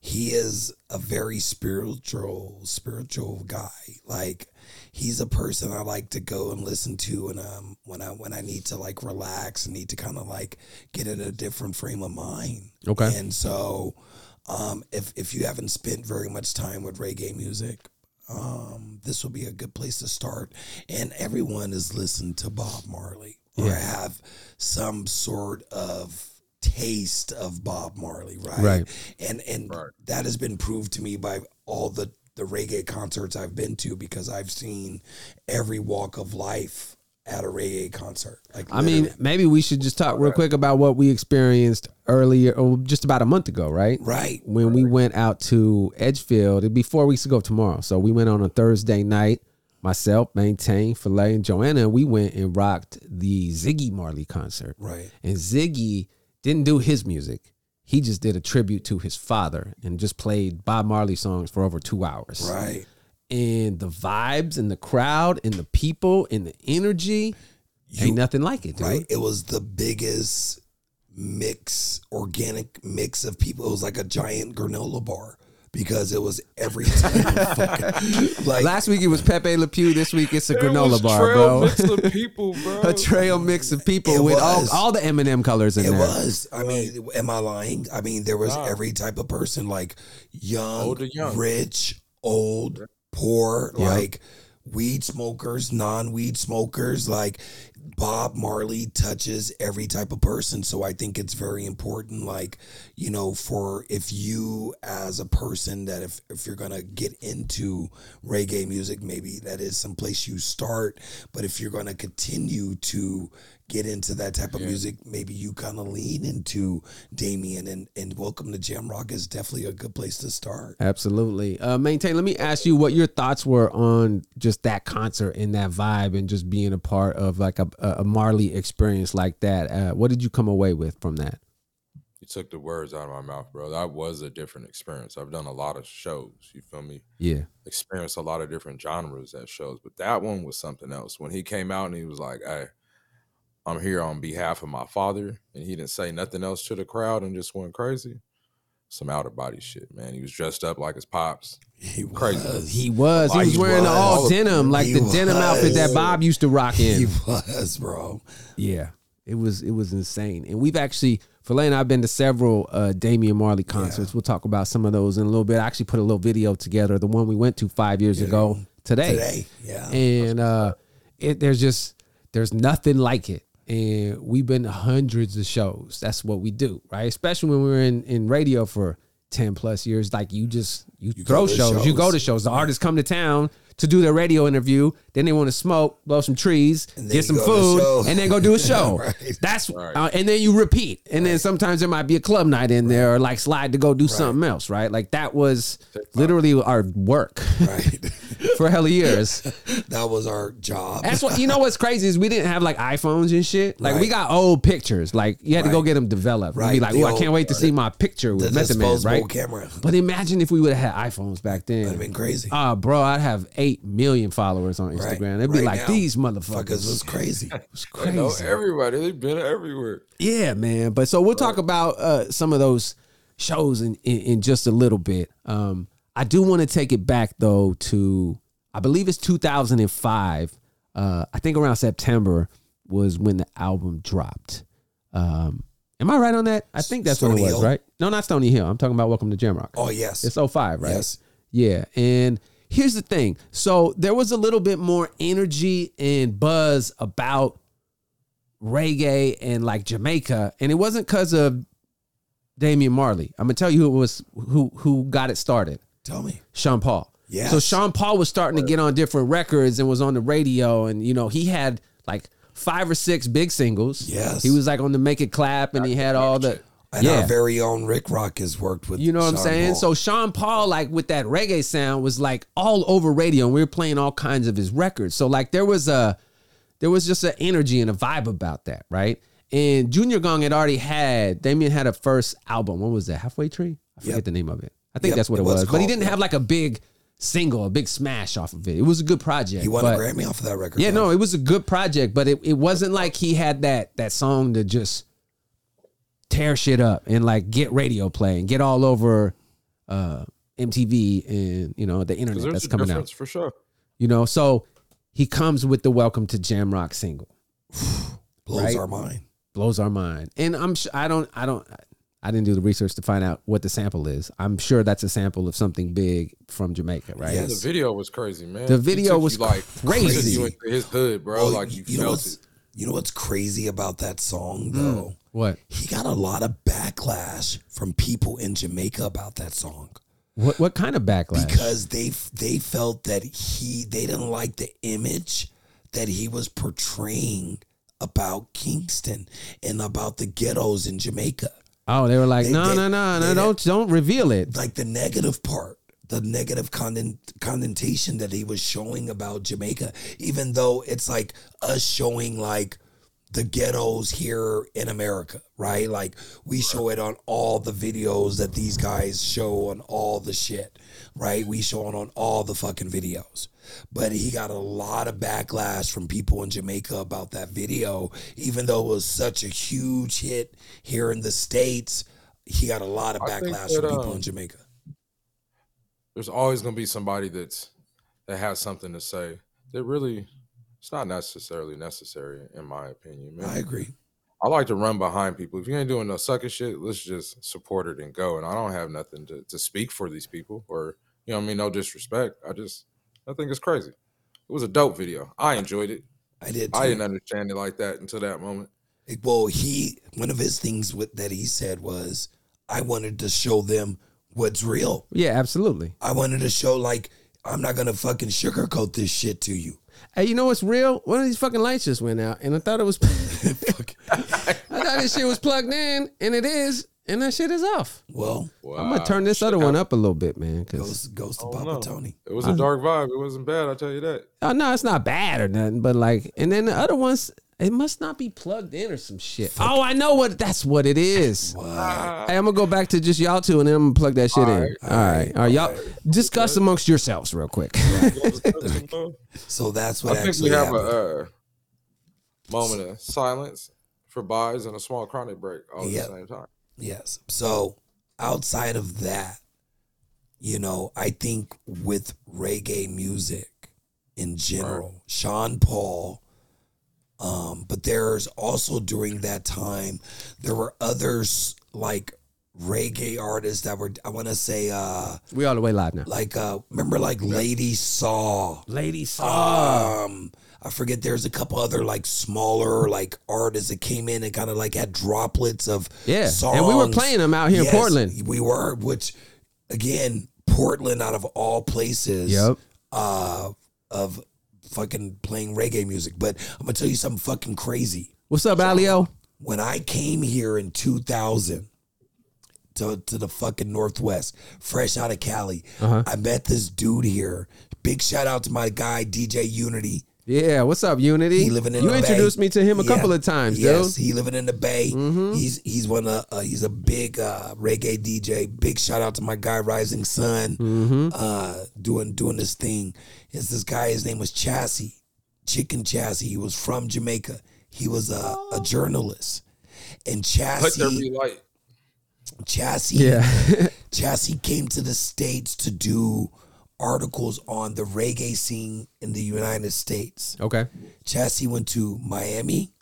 Speaker 4: he is a very spiritual, spiritual guy. Like he's a person I like to go and listen to and um when I when I need to like relax and need to kind of like get in a different frame of mind.
Speaker 1: Okay.
Speaker 4: And so um if if you haven't spent very much time with reggae music, um, this will be a good place to start. And everyone has listened to Bob Marley or
Speaker 1: Yeah.
Speaker 4: have some sort of taste of Bob Marley, right?
Speaker 1: Right.
Speaker 4: And and
Speaker 5: Right.
Speaker 4: that has been proved to me by all the the reggae concerts I've been to because I've seen every walk of life at a reggae concert. Like
Speaker 1: I mean,
Speaker 4: literally.
Speaker 1: maybe we should just talk real quick about what we experienced earlier, or just about a month ago, right?
Speaker 4: right.
Speaker 1: When we went out to Edgefield, it'd be four weeks ago tomorrow. So we went on a Thursday night. Myself, Maintain, Filet, and Joanna, we went and rocked the Ziggy Marley concert.
Speaker 4: Right.
Speaker 1: And Ziggy didn't do his music. He just did a tribute to his father and just played Bob Marley songs for over two hours.
Speaker 4: Right.
Speaker 1: And the vibes and the crowd and the people and the energy ain't nothing like it, dude.
Speaker 4: Right. It was the biggest mix, organic mix of people. It was like a giant granola bar. because it was every time. fucking, like
Speaker 1: Last week it was Pepe Le Pew. This week it's a granola bar,
Speaker 5: trail
Speaker 1: bro.
Speaker 4: <laughs>
Speaker 5: mix of people,
Speaker 1: <laughs>
Speaker 5: bro.
Speaker 1: a trail mix of people
Speaker 4: It
Speaker 1: with all,
Speaker 4: was.
Speaker 1: all the M&M colors in
Speaker 4: It
Speaker 1: there.
Speaker 4: was. I mean, am I lying? I mean, there was every type of person, like young,
Speaker 5: Old to young.
Speaker 4: rich, old, poor, like weed smokers, non-weed smokers, like Bob Marley touches every type of person. So I think it's very important, like, you know, for if you as a person that if, if you're gonna get into reggae music, maybe that is someplace you start. But if you're gonna continue to get into that type of music, maybe you kind of lean into Damien and, and Welcome to Jam Rock is definitely a good place to start.
Speaker 1: Absolutely. Uh, Maintain, let me ask you what your thoughts were on just that concert and that vibe and just being a part of like a, a Marley experience like that. Uh, what did you come away with from that?
Speaker 5: you took the words out of my mouth, bro. That was a different experience. I've done a lot of shows. You feel me?
Speaker 1: Yeah.
Speaker 5: Experienced a lot of different genres at shows, but that one was something else. When he came out and he was like, "Hey, I'm here on behalf of my father," and he didn't say nothing else to the crowd and just went crazy. Some out of body shit, man. He was dressed up like his pops.
Speaker 4: He
Speaker 5: Crazy.
Speaker 4: was.
Speaker 1: He was. He
Speaker 4: Oh,
Speaker 5: Like
Speaker 1: was
Speaker 5: he
Speaker 1: wearing the
Speaker 5: was.
Speaker 1: all denim, like
Speaker 4: He
Speaker 1: the denim
Speaker 4: was.
Speaker 1: outfit that Bob used to rock in.
Speaker 4: He was, bro.
Speaker 1: Yeah, it was it was insane, and we've actually Philane, I've been to several uh, Damian Marley concerts. We'll talk about some of those in a little bit. I actually put a little video together, the one we went to five years ago today,
Speaker 4: Today, yeah.
Speaker 1: and uh, it, there's just there's nothing like it. And we've been to hundreds of shows. That's what we do, right? Especially when we were in, in radio for ten plus years. Like you just you, throw
Speaker 4: go to
Speaker 1: shows, you go
Speaker 4: shows.
Speaker 1: to shows. The artists come to town to do their radio interview. Then they want to smoke, blow some trees,
Speaker 4: And then
Speaker 1: get
Speaker 4: you
Speaker 1: some
Speaker 4: go to the
Speaker 1: food,
Speaker 4: show.
Speaker 1: and then go
Speaker 4: <laughs>
Speaker 1: do a show.
Speaker 4: Right.
Speaker 1: That's uh, and then you repeat, and then sometimes there might be a club night in there, or like slide to go do something else, right? Like that was literally our work <laughs>
Speaker 4: Right. <laughs>
Speaker 1: for hell of years.
Speaker 4: that was our job.
Speaker 1: That's what you know. What's crazy is we didn't have like iPhones and shit. Like we
Speaker 4: Right.
Speaker 1: got old pictures. Like you had to go
Speaker 4: Right.
Speaker 1: get them developed. You'd be
Speaker 4: Right.
Speaker 1: like,
Speaker 4: The
Speaker 1: oh, I
Speaker 4: old-
Speaker 1: can't wait to see my picture
Speaker 4: the
Speaker 1: with Method Man,
Speaker 4: disposable
Speaker 1: right?
Speaker 4: camera.
Speaker 1: But imagine if we would have had iPhones back then.
Speaker 4: That'd have been crazy.
Speaker 1: Ah, bro, I'd have eight million followers on Instagram.
Speaker 4: Right.
Speaker 1: They'd be
Speaker 4: Right
Speaker 1: like,
Speaker 4: now.
Speaker 1: these
Speaker 4: Fuckers
Speaker 1: motherfuckers.
Speaker 4: was crazy.
Speaker 1: It's
Speaker 5: They
Speaker 1: crazy.
Speaker 5: know everybody. They've been everywhere.
Speaker 1: Yeah, man. But so we'll talk about uh, some of those shows in, in, in just a little bit. Um, I do want to take it back though to I believe it's 2005. Uh, I think around September was when the album dropped. Um, am I right on that? I think that's when
Speaker 4: Stony
Speaker 1: it was,
Speaker 4: Hill?
Speaker 1: right? No, not Stony Hill. I'm talking about Welcome to Jamrock.
Speaker 4: Oh yes.
Speaker 1: It's 05, right?
Speaker 4: Yes.
Speaker 1: Yeah. And here's the thing. So there was a little bit more energy and buzz about reggae and like Jamaica. And it wasn't because of Damian Marley. I'm gonna tell you who it was who who got it started.
Speaker 4: Tell me.
Speaker 1: Sean Paul.
Speaker 4: Yes.
Speaker 1: So Sean Paul was starting to get on different records and was on the radio, and you know he had like five or six big singles.
Speaker 4: Yes.
Speaker 1: He was like on the Make It Clap, and he had all the
Speaker 4: And our very own Rick Rock has worked with.
Speaker 1: you know what I'm
Speaker 4: Sean
Speaker 1: saying?
Speaker 4: Paul.
Speaker 1: So Sean Paul, like with that reggae sound, was like all over radio, and we were playing all kinds of his records. So like there was a, there was just an energy and a vibe about that, right? And Junior Gong had already had Damien had a first album. What was that? Halfway Tree? I forget the name of it. I think
Speaker 4: Yep,
Speaker 1: that's what it,
Speaker 4: it
Speaker 1: was.
Speaker 4: was
Speaker 1: but he
Speaker 4: called-
Speaker 1: didn't have like a big single, a big smash off of it. It was a good project.
Speaker 4: he won
Speaker 1: but-
Speaker 4: a Grammy off of that record.
Speaker 1: yeah,
Speaker 4: though.
Speaker 1: no, it was a good project, but it, it wasn't like he had that that song to just tear shit up and like get radio play and get all over uh MTV and you know the
Speaker 5: Because
Speaker 1: internet
Speaker 5: there's
Speaker 1: that's
Speaker 5: a
Speaker 1: coming
Speaker 5: difference
Speaker 1: out.
Speaker 5: for sure.
Speaker 1: You know, so he comes with the Welcome to Jamrock single.
Speaker 4: blows
Speaker 1: right?
Speaker 4: our mind.
Speaker 1: Blows our mind. And I'm sure I don't I don't I didn't do the research to find out what the sample is. I'm sure that's a sample of something big from Jamaica, right?
Speaker 5: The
Speaker 4: Yes.
Speaker 5: video was crazy, man.
Speaker 1: The
Speaker 5: He
Speaker 1: video
Speaker 5: took you,
Speaker 1: was
Speaker 5: like
Speaker 1: crazy.
Speaker 5: You into his hood, bro.
Speaker 4: Well,
Speaker 5: like you,
Speaker 4: know
Speaker 5: felt
Speaker 4: what's
Speaker 5: it.
Speaker 4: Oh, you know what's crazy about that
Speaker 1: Hmm.
Speaker 4: song though.
Speaker 1: What?
Speaker 4: He got a lot of backlash from people in Jamaica about that song.
Speaker 1: What what kind of backlash?
Speaker 4: because they they felt that he they didn't like the image that he was portraying about Kingston and about the ghettos in Jamaica,
Speaker 1: oh, they were like,
Speaker 4: They-
Speaker 1: no,
Speaker 4: they-
Speaker 1: no, no, no,
Speaker 4: they-
Speaker 1: don't don't reveal it.
Speaker 4: like the negative part, the negative conden- connotation that he was showing about Jamaica, even though it's like us showing like the ghettos here in America, right? Like we show it on all the videos that these guys show on all the shit, right? We show it on all the fucking videos. But he got a lot of backlash from people in Jamaica about that video, even though it was such a huge hit here in the States. He got a lot of
Speaker 5: I think
Speaker 4: backlash from
Speaker 5: that,
Speaker 4: people
Speaker 5: um,
Speaker 4: in Jamaica.
Speaker 5: there's always gonna be somebody that's that has something to say that really it's not necessarily necessary in my opinion. Man.
Speaker 4: I agree.
Speaker 5: I like to run behind people. If you ain't doing no sucker shit, let's just support it and go. And I don't have nothing to, to speak for these people or, you know what I mean? No disrespect. I just, I think it's crazy. It was a dope video. I enjoyed it.
Speaker 4: I did. Too.
Speaker 5: I didn't understand it like that until that moment.
Speaker 4: Well, he one of his things with, that he said was, I wanted to show them what's real.
Speaker 1: Yeah, absolutely.
Speaker 4: I wanted to show like I'm not gonna fucking sugarcoat this shit to you.
Speaker 1: Hey, you know what's real? One of these fucking lights just went out, and I thought it was. <laughs> I thought this shit was plugged in, and it is, and that shit is off.
Speaker 4: Well,
Speaker 1: I'm gonna turn this other one up a little bit, man. Cause
Speaker 4: goes goes to
Speaker 5: Oh,
Speaker 4: Papa
Speaker 5: no.
Speaker 4: Tony.
Speaker 5: It was a dark vibe. It wasn't bad. I tell you that.
Speaker 1: oh no, it's not bad or nothing, but like, and then the other ones, it must not be plugged in or some shit. Oh, I know what that's what it is. Hey, I'm gonna go back to just y'all two, and then I'm gonna plug that shit in. All right, all right, y'all discuss amongst yourselves real quick.
Speaker 4: So that's
Speaker 5: I
Speaker 4: what
Speaker 5: think
Speaker 4: actually
Speaker 5: we have
Speaker 4: happened.
Speaker 5: a uh, moment of silence for buys and a small chronic break all
Speaker 4: Yeah.
Speaker 5: at the same time.
Speaker 4: Yes. So outside of that, you know, I think with reggae music in general, Sean Paul, um, but there's also during that time, there were others like reggae artists that were, I want to say, uh,
Speaker 1: <laughs> we all the way live now.
Speaker 4: like, uh, remember like Lady Saw?
Speaker 1: Lady Saw.
Speaker 4: Um, I forget. There's a couple other like smaller like artists that came in and kind of like had droplets of
Speaker 1: Yeah,
Speaker 4: songs.
Speaker 1: and we were playing them out here in
Speaker 4: Yes,
Speaker 1: Portland.
Speaker 4: We were, which again, Portland out of all places.
Speaker 1: Yep.
Speaker 4: Uh, of fucking playing reggae music, but I'm gonna tell you something fucking crazy.
Speaker 1: What's up, Alio?
Speaker 4: When I came here in 2000 to, to the fucking Northwest, fresh out of Cali,
Speaker 1: Uh-huh.
Speaker 4: I met this dude here. Big shout out to my guy DJ Unity.
Speaker 1: Yeah, what's up, Unity?
Speaker 4: He living in
Speaker 1: you
Speaker 4: the
Speaker 1: introduced
Speaker 4: Bay.
Speaker 1: me to him a
Speaker 4: Yeah.
Speaker 1: couple of times, dude.
Speaker 4: Yes,
Speaker 1: Mm-hmm.
Speaker 4: he living in the Bay. He's he's one of uh, he's a big uh, reggae DJ. Big shout out to my guy Rising Sun,
Speaker 1: Mm-hmm.
Speaker 4: uh, doing doing this thing. It's this guy. His name was Chassis, Chicken Chassis. He was from Jamaica. He was a, a journalist, and
Speaker 5: Let there
Speaker 4: Chassis
Speaker 5: be light.
Speaker 4: Chassis
Speaker 1: Yeah, <laughs>
Speaker 4: Chassis came to the states to do articles on the reggae scene in the United States.
Speaker 1: okay.
Speaker 4: Chassis went to Miami,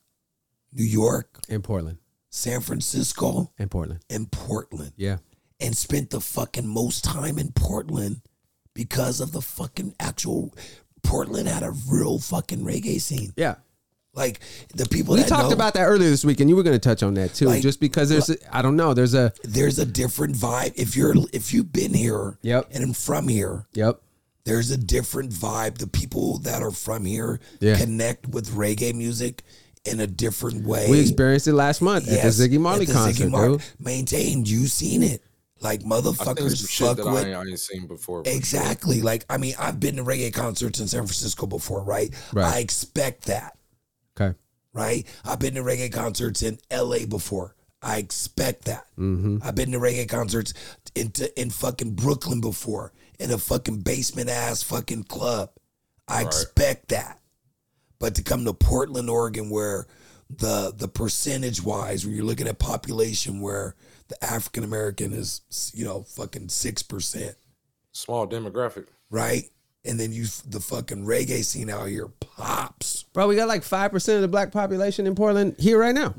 Speaker 4: New York,
Speaker 1: In Portland,
Speaker 4: San Francisco,
Speaker 1: in Portland,
Speaker 4: and Portland,
Speaker 1: yeah.
Speaker 4: and spent the fucking most time in Portland because of the fucking actual. Portland had a real fucking reggae scene.
Speaker 1: Yeah.
Speaker 4: Like the people
Speaker 1: We
Speaker 4: that
Speaker 1: talked
Speaker 4: know,
Speaker 1: about that earlier this week, and you were going to touch on that too,
Speaker 4: Like-
Speaker 1: just because there's, a, I don't know, there's a,
Speaker 4: there's a different vibe if you're if you've been here
Speaker 1: Yep.
Speaker 4: and from here.
Speaker 1: yep,
Speaker 4: there's a different vibe. The people that are from here
Speaker 1: Yeah.
Speaker 4: connect with reggae music in a different way.
Speaker 1: we experienced it last month at
Speaker 4: Yes,
Speaker 1: the Ziggy Marley
Speaker 4: at the
Speaker 1: concert,
Speaker 4: Mar-
Speaker 1: dude.
Speaker 4: Maintained, you seen it. Like
Speaker 5: I think some
Speaker 4: motherfuckers
Speaker 5: shit
Speaker 4: fuck
Speaker 5: that
Speaker 4: with
Speaker 5: I, ain't, I ain't seen before. but
Speaker 4: Exactly. Like I mean, I've been to reggae concerts in San Francisco before, right?
Speaker 1: Right.
Speaker 4: I expect that,
Speaker 1: Okay,
Speaker 4: right? I've been to reggae concerts in LA before. I expect that.
Speaker 1: Mm-hmm.
Speaker 4: I've been to reggae concerts in in fucking Brooklyn before in a fucking basement ass fucking club. I expect that. But to come to Portland, Oregon, where the the percentage wise, where you're looking at population where the African American is, you know, fucking six percent
Speaker 5: Small demographic.
Speaker 4: right? And then you the fucking reggae scene out here pops.
Speaker 1: bro, we got like five percent of the black population in Portland here right
Speaker 4: <laughs>
Speaker 1: now.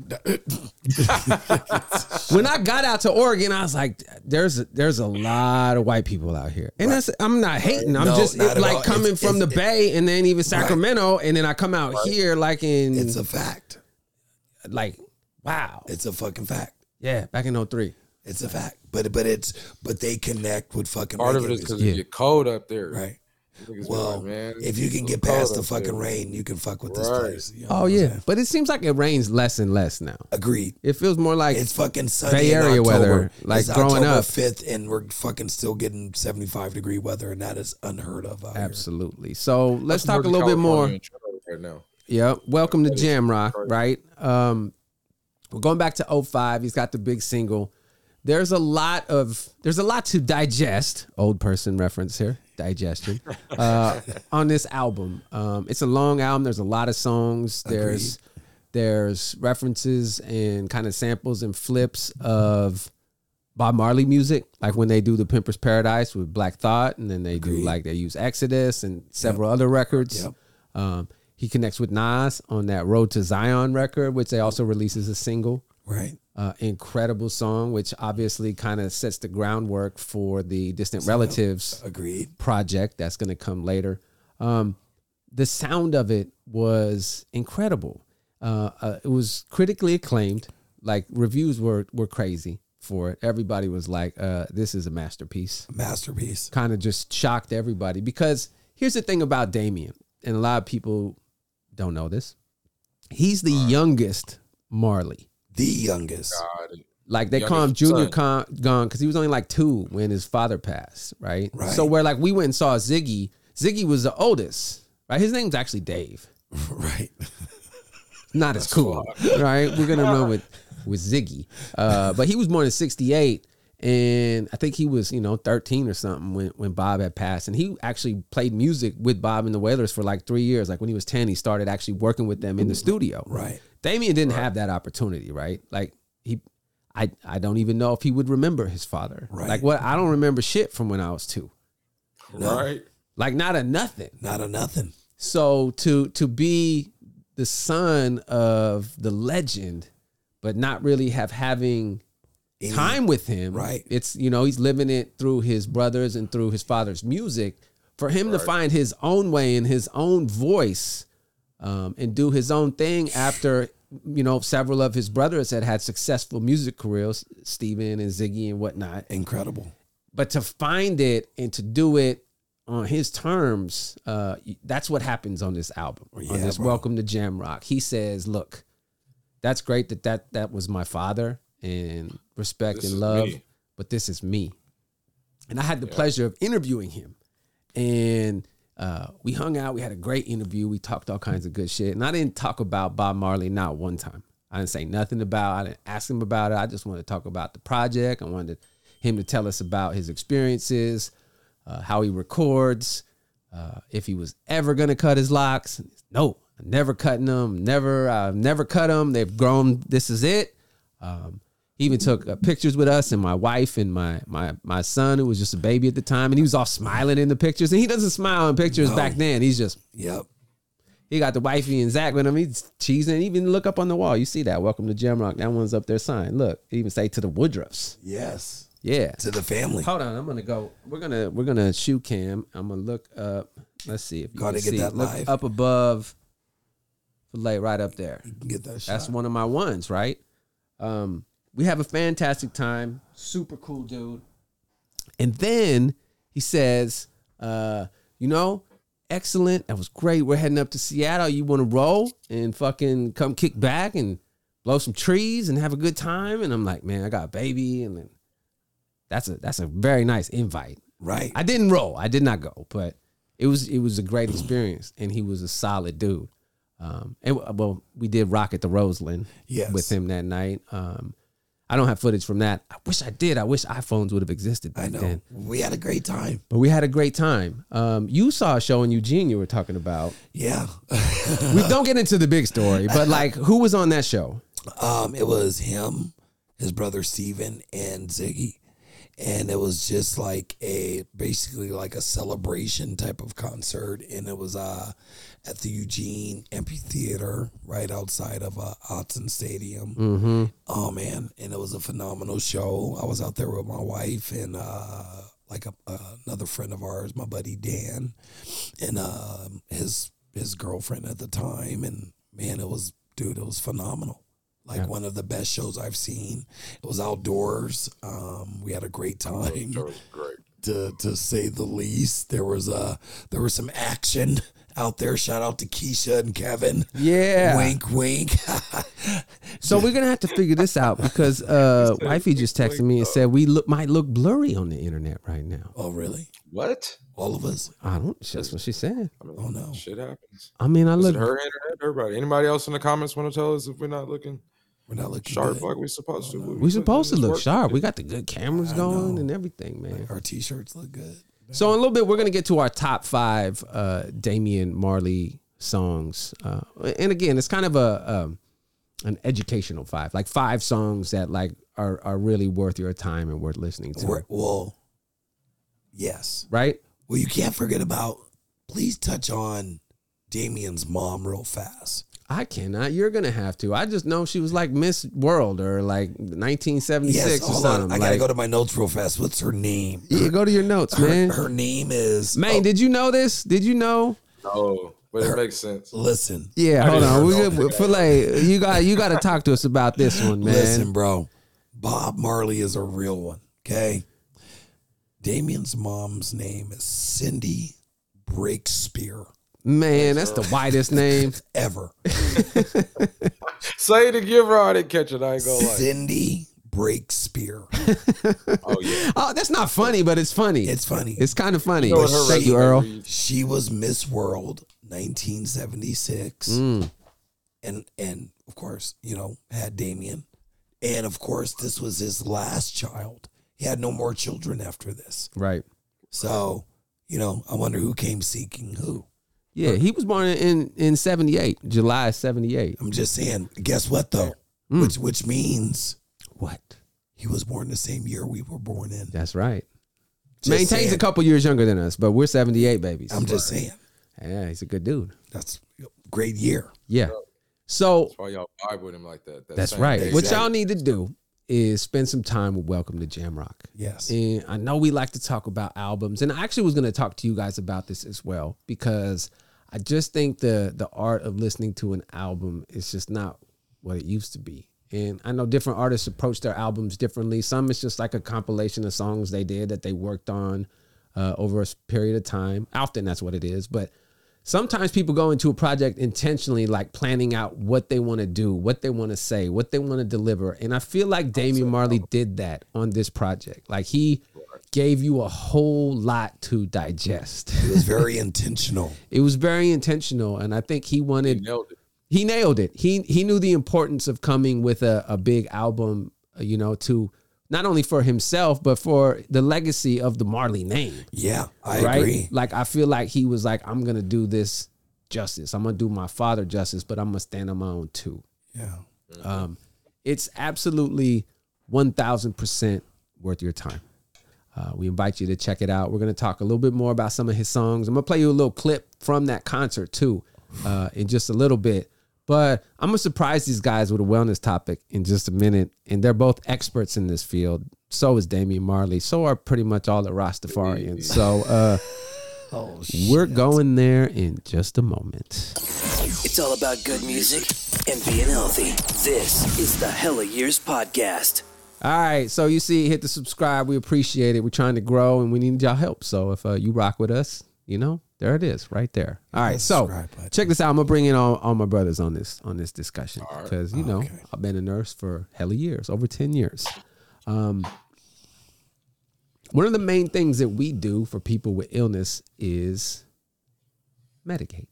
Speaker 1: when I got out to Oregon, I was like, there's a, there's a lot of white people out here, and that's I'm not hating. I'm
Speaker 4: No,
Speaker 1: just
Speaker 4: not at all.
Speaker 1: like coming
Speaker 4: It's-
Speaker 1: from the
Speaker 4: it's-
Speaker 1: Bay, and then even Sacramento, and then I come out here like in
Speaker 4: It's a fact.
Speaker 1: like wow
Speaker 4: It's a fucking fact.
Speaker 1: yeah back in 03
Speaker 4: It's a fact. But but it's but they connect with fucking
Speaker 5: Part
Speaker 4: reggae
Speaker 5: of it is
Speaker 4: music,
Speaker 5: because it get cold up there.
Speaker 4: right.
Speaker 5: Niggas be
Speaker 4: Well,
Speaker 5: like, man,
Speaker 4: if you can
Speaker 5: it's
Speaker 4: get
Speaker 5: cold
Speaker 4: past the
Speaker 5: up there."
Speaker 4: fucking rain, you can fuck with this
Speaker 5: Right.
Speaker 4: place. You know
Speaker 1: oh
Speaker 4: what I'm
Speaker 1: yeah
Speaker 4: saying?
Speaker 1: but it seems like it rains less and less now
Speaker 4: Agreed.
Speaker 1: it feels more like
Speaker 4: It's fucking sunny
Speaker 1: Bay
Speaker 4: in
Speaker 1: Area
Speaker 4: October.
Speaker 1: weather, like
Speaker 4: it's
Speaker 1: growing
Speaker 4: October
Speaker 1: up.
Speaker 4: fifth, and we're fucking still getting seventy five degree weather, and that is unheard of. Out here.
Speaker 1: absolutely so let's talk a
Speaker 5: Northern
Speaker 1: little bit more
Speaker 5: California in trouble Right now.
Speaker 1: yeah welcome to jam rock right um we're going back to 05 he's got the big single there's a lot of there's a lot to digest old person reference here
Speaker 4: <laughs>
Speaker 1: digestion uh, on this album um, it's a long album there's a lot of songs there's there's references and kind of samples and flips of Bob Marley music, like when they do the Pimpers Paradise with Black Thought, and then they do like they use Exodus and several other records.
Speaker 4: Yep.
Speaker 1: Um, he connects with Nas on that Road to Zion record, which they also release as a single.
Speaker 4: Right.
Speaker 1: Uh, incredible song, which obviously kind of sets the groundwork for the Distant Relatives
Speaker 4: Agreed.
Speaker 1: project that's going to come later. Um, the sound of it was incredible. Uh, uh, it was critically acclaimed. Like reviews were were crazy for it. Everybody was like, uh, "This is a masterpiece."
Speaker 4: Masterpiece.
Speaker 1: Kind of just shocked everybody because here's the thing about Damien, and a lot of people don't know this. He's the youngest Marley.
Speaker 4: The youngest.
Speaker 1: Like they call him Junior
Speaker 5: son.
Speaker 1: Con- Gone because he was only like two when his father passed, right?
Speaker 4: Right.
Speaker 1: So where like we went and saw Ziggy, Ziggy was the oldest, right? His name's actually Dave,
Speaker 4: <laughs> Right.
Speaker 1: not as cool, <laughs> right? We're gonna run with
Speaker 4: <laughs>
Speaker 1: with Ziggy, uh, but he was born in '68, and I think he was you know 13 or something when when Bob had passed, and he actually played music with Bob and the Wailers for like three years. Like when he was 10, he started actually working with them in the studio,
Speaker 4: Right.
Speaker 1: Damien didn't have that opportunity, right? Like he I I don't even know if he would remember his father.
Speaker 4: Right.
Speaker 1: Like what I don't remember shit from when I was two.
Speaker 5: Right?
Speaker 1: Like not a nothing.
Speaker 4: Not a nothing.
Speaker 1: So to to be the son of the legend, but not really have having
Speaker 4: Any-
Speaker 1: time with him.
Speaker 4: Right.
Speaker 1: It's you know, he's living it through his brothers and through his father's music. For him to find his own way in his own voice um, and do his own thing after you know several of his brothers had had successful music careers, Steven and Ziggy and whatnot.
Speaker 4: Incredible.
Speaker 1: But to find it and to do it on his terms, uh, that's what happens on this album.
Speaker 4: Yeah,
Speaker 1: on this
Speaker 4: bro.
Speaker 1: Welcome to Jamrock, he says, "Look, that's great that that that was my father and respect
Speaker 5: This
Speaker 1: and
Speaker 5: is
Speaker 1: love,
Speaker 5: me.
Speaker 1: but this is me." And I had the pleasure of interviewing him, and uh, we hung out. We had a great interview. We talked all kinds of good shit, and I didn't talk about Bob Marley not one time. I didn't say nothing about. I didn't ask him about it. I just wanted to talk about the project. I wanted him to tell us about his experiences, uh, how he records, uh, if he was ever gonna cut his locks. No, I'm never cutting them. Never, I've never cut them. They've grown. This is it. Um, he even took uh, pictures with us and my wife and my my my son who was just a baby at the time, and he was all smiling in the pictures. And he doesn't smile in pictures back then. He's just
Speaker 4: Yep.
Speaker 1: he got the wifey and Zach with him. He's cheesing. Even look up on the wall. You see that? Welcome to Jamrock. That one's up there signed. Look, it even say to the Woodruffs.
Speaker 4: Yes.
Speaker 1: Yeah.
Speaker 4: To the family.
Speaker 1: Hold on, I'm gonna go. We're gonna we're gonna shoe cam. I'm gonna look up. Let's see if you
Speaker 4: Gotta
Speaker 1: can
Speaker 4: get
Speaker 1: see.
Speaker 4: that
Speaker 1: look
Speaker 4: live.
Speaker 1: up above, lay right up there.
Speaker 4: Get that shot.
Speaker 1: That's one of my ones, right? Um, we have a fantastic time. Super cool dude. And then he says, uh, you know, excellent. That was great. We're heading up to Seattle. You want to roll and fucking come kick back and blow some trees and have a good time? And I'm like, man, I got a baby. And then that's a that's a very nice invite.
Speaker 4: Right.
Speaker 1: I didn't roll. I did not go, but it was it was a great experience, and he was a solid dude. Um, and well, we did rock at the Roseland
Speaker 4: Yes.
Speaker 1: with him that night. Um, I don't have footage from that. I wish I did. I wish iPhones would have existed back
Speaker 4: I know.
Speaker 1: then.
Speaker 4: We had a great time.
Speaker 1: But we had a great time. Um, you saw a show in Eugene. You were talking about.
Speaker 4: Yeah. <laughs>
Speaker 1: We don't get into the big story, but like, who was on that show?
Speaker 4: Um, it was him, his brother Steven, and Ziggy. And it was just like a basically like a celebration type of concert. And it was uh at the Eugene Amphitheater right outside of uh Otson Stadium.
Speaker 1: Mm-hmm.
Speaker 4: Oh man, and it was a phenomenal show. I was out there with my wife and uh, like a, another friend of ours, my buddy Dan, and uh, his his girlfriend at the time. And man, it was dude, it was phenomenal. Like one of the best shows I've seen. It was outdoors. Um, we had a great time
Speaker 5: That was great.
Speaker 4: to to say the least. There was uh there was some action out there. Shout out to Keisha and Kevin.
Speaker 1: Yeah.
Speaker 4: Wink, wink. <laughs>
Speaker 1: So we're gonna have to figure this out because
Speaker 4: <laughs>
Speaker 1: uh, wifey just texted me and said we look might look blurry on the internet right now.
Speaker 4: oh, really?
Speaker 5: What?
Speaker 4: All of us?
Speaker 1: I don't. That's what she said.
Speaker 5: I mean,
Speaker 4: Oh no.
Speaker 5: Shit happens.
Speaker 1: I mean, I
Speaker 5: Is
Speaker 1: look.
Speaker 5: it her internet? Everybody. Anybody else in the comments want to tell us if we're not looking
Speaker 4: We're not looking
Speaker 5: sharp
Speaker 4: good.
Speaker 5: like we're supposed to?
Speaker 4: Oh,
Speaker 5: What
Speaker 1: We supposed to
Speaker 5: putting in
Speaker 1: look
Speaker 5: this work?
Speaker 1: sharp. We got the good cameras
Speaker 4: I
Speaker 1: going
Speaker 4: know.
Speaker 1: and everything, man.
Speaker 4: Our t-shirts look good.
Speaker 1: So in a little bit, we're gonna get to our top five uh, Damian Marley songs. Uh, and again, it's kind of a um, an educational five, like five songs that like are are really worth your time and worth listening to.
Speaker 4: We're- Well, yes.
Speaker 1: Right?
Speaker 4: Well, you can't forget about. Please touch on Damien's mom real fast.
Speaker 1: I cannot. You're gonna have to. I just know she was like Miss World or like 1976
Speaker 4: Yes,
Speaker 1: or
Speaker 4: hold
Speaker 1: something.
Speaker 4: on. I gotta
Speaker 1: like-
Speaker 4: go to my notes real fast. What's her name?
Speaker 1: Yeah, go to your notes, man.
Speaker 4: Her, her name is. oh,
Speaker 1: man, did you know this? Did you know?
Speaker 5: Oh, but it makes sense.
Speaker 4: Listen,
Speaker 1: Yeah, hold
Speaker 5: didn't
Speaker 1: on. We
Speaker 5: know
Speaker 1: good, Filet, you got you got to talk to us about this one, man.
Speaker 4: listen, bro. Bob Marley is a real one. Okay. Damien's mom's name is Cindy Breakspear.
Speaker 1: man, that's the widest
Speaker 4: <laughs>
Speaker 1: name.
Speaker 4: Ever.
Speaker 5: Say it again, bro. I didn't catch it. I ain't gonna lie.
Speaker 4: Cindy Breakspear.
Speaker 5: Oh yeah.
Speaker 1: Oh, that's not funny, but it's funny. It's
Speaker 4: It's funny.
Speaker 1: it's kind of funny.
Speaker 5: what her
Speaker 1: Thank you,
Speaker 5: resume
Speaker 1: Earl.
Speaker 5: reads?
Speaker 4: she was Miss World 1976.
Speaker 1: Mm.
Speaker 4: And and of course, you know, had Damien. And of course, this was his last child. He had no more children after this.
Speaker 1: Right.
Speaker 4: So, you know, I wonder who came seeking who.
Speaker 1: Yeah, he was born in in 78, July 78.
Speaker 4: I'm just saying, guess what though? Which which means
Speaker 1: Mm. What?
Speaker 4: he was born the same year we were born in.
Speaker 1: That's right.
Speaker 4: Just
Speaker 1: Maintains a
Speaker 4: saying.
Speaker 1: couple years younger than us, but we're 78 babies.
Speaker 4: I'm just saying.
Speaker 1: yeah, he's a good dude.
Speaker 4: That's a great year.
Speaker 1: Yeah. So
Speaker 5: Why y'all vibe with him like that? that
Speaker 1: that's
Speaker 5: same
Speaker 1: right.
Speaker 5: day.
Speaker 1: What y'all need to do is spend some time with Welcome to Jamrock.
Speaker 4: Yes.
Speaker 1: And I know we like to talk about albums, and I actually was going to talk to you guys about this as well because I just think the the art of listening to an album is just not what it used to be. And I know different artists approach their albums differently. Some it's just like a compilation of songs they did that they worked on uh, over a s- period of time. Often that's what it is, but sometimes people go into a project intentionally like planning out what they want to do what they want to say what they want to deliver and i feel like damian marley did that on this project like he gave you a whole lot to digest
Speaker 4: It was very <laughs> intentional.
Speaker 1: it was very intentional and i think he wanted
Speaker 5: Nailed it.
Speaker 1: he nailed it. He he knew the importance of coming with a, a big album, uh, you know, to not only for himself but for the legacy of the Marley name,
Speaker 4: Yeah, I
Speaker 1: right?
Speaker 4: agree.
Speaker 1: Like I feel like he was like, I'm gonna do this justice. I'm gonna do my father justice, but I'm gonna stand on my own too.
Speaker 4: Yeah.
Speaker 1: Um, it's absolutely one thousand percent worth your time. Uh, we invite you to check it out. We're going to talk a little bit more about some of his songs. I'm going to play you a little clip from that concert too uh, in just a little bit. But I'm going to surprise these guys with a wellness topic in just a minute. And they're both experts in this field. So is Damian Marley. So are pretty much all the Rastafarians. So uh, we're going there in just a moment.
Speaker 2: It's all about good music and being healthy. This is the Hella Years Podcast.
Speaker 1: All right, so you see, hit the subscribe. We appreciate it. We're trying to grow, and we need y'all help. So if uh, you rock with us, you know, there it is, right there. All right, so
Speaker 4: subscribe button.
Speaker 1: check this out. I'm gonna bring in all, all my brothers on this on this discussion because you know I've been a nurse for hella years, over ten years. Um, one of the main things that we do for people with illness is medicate.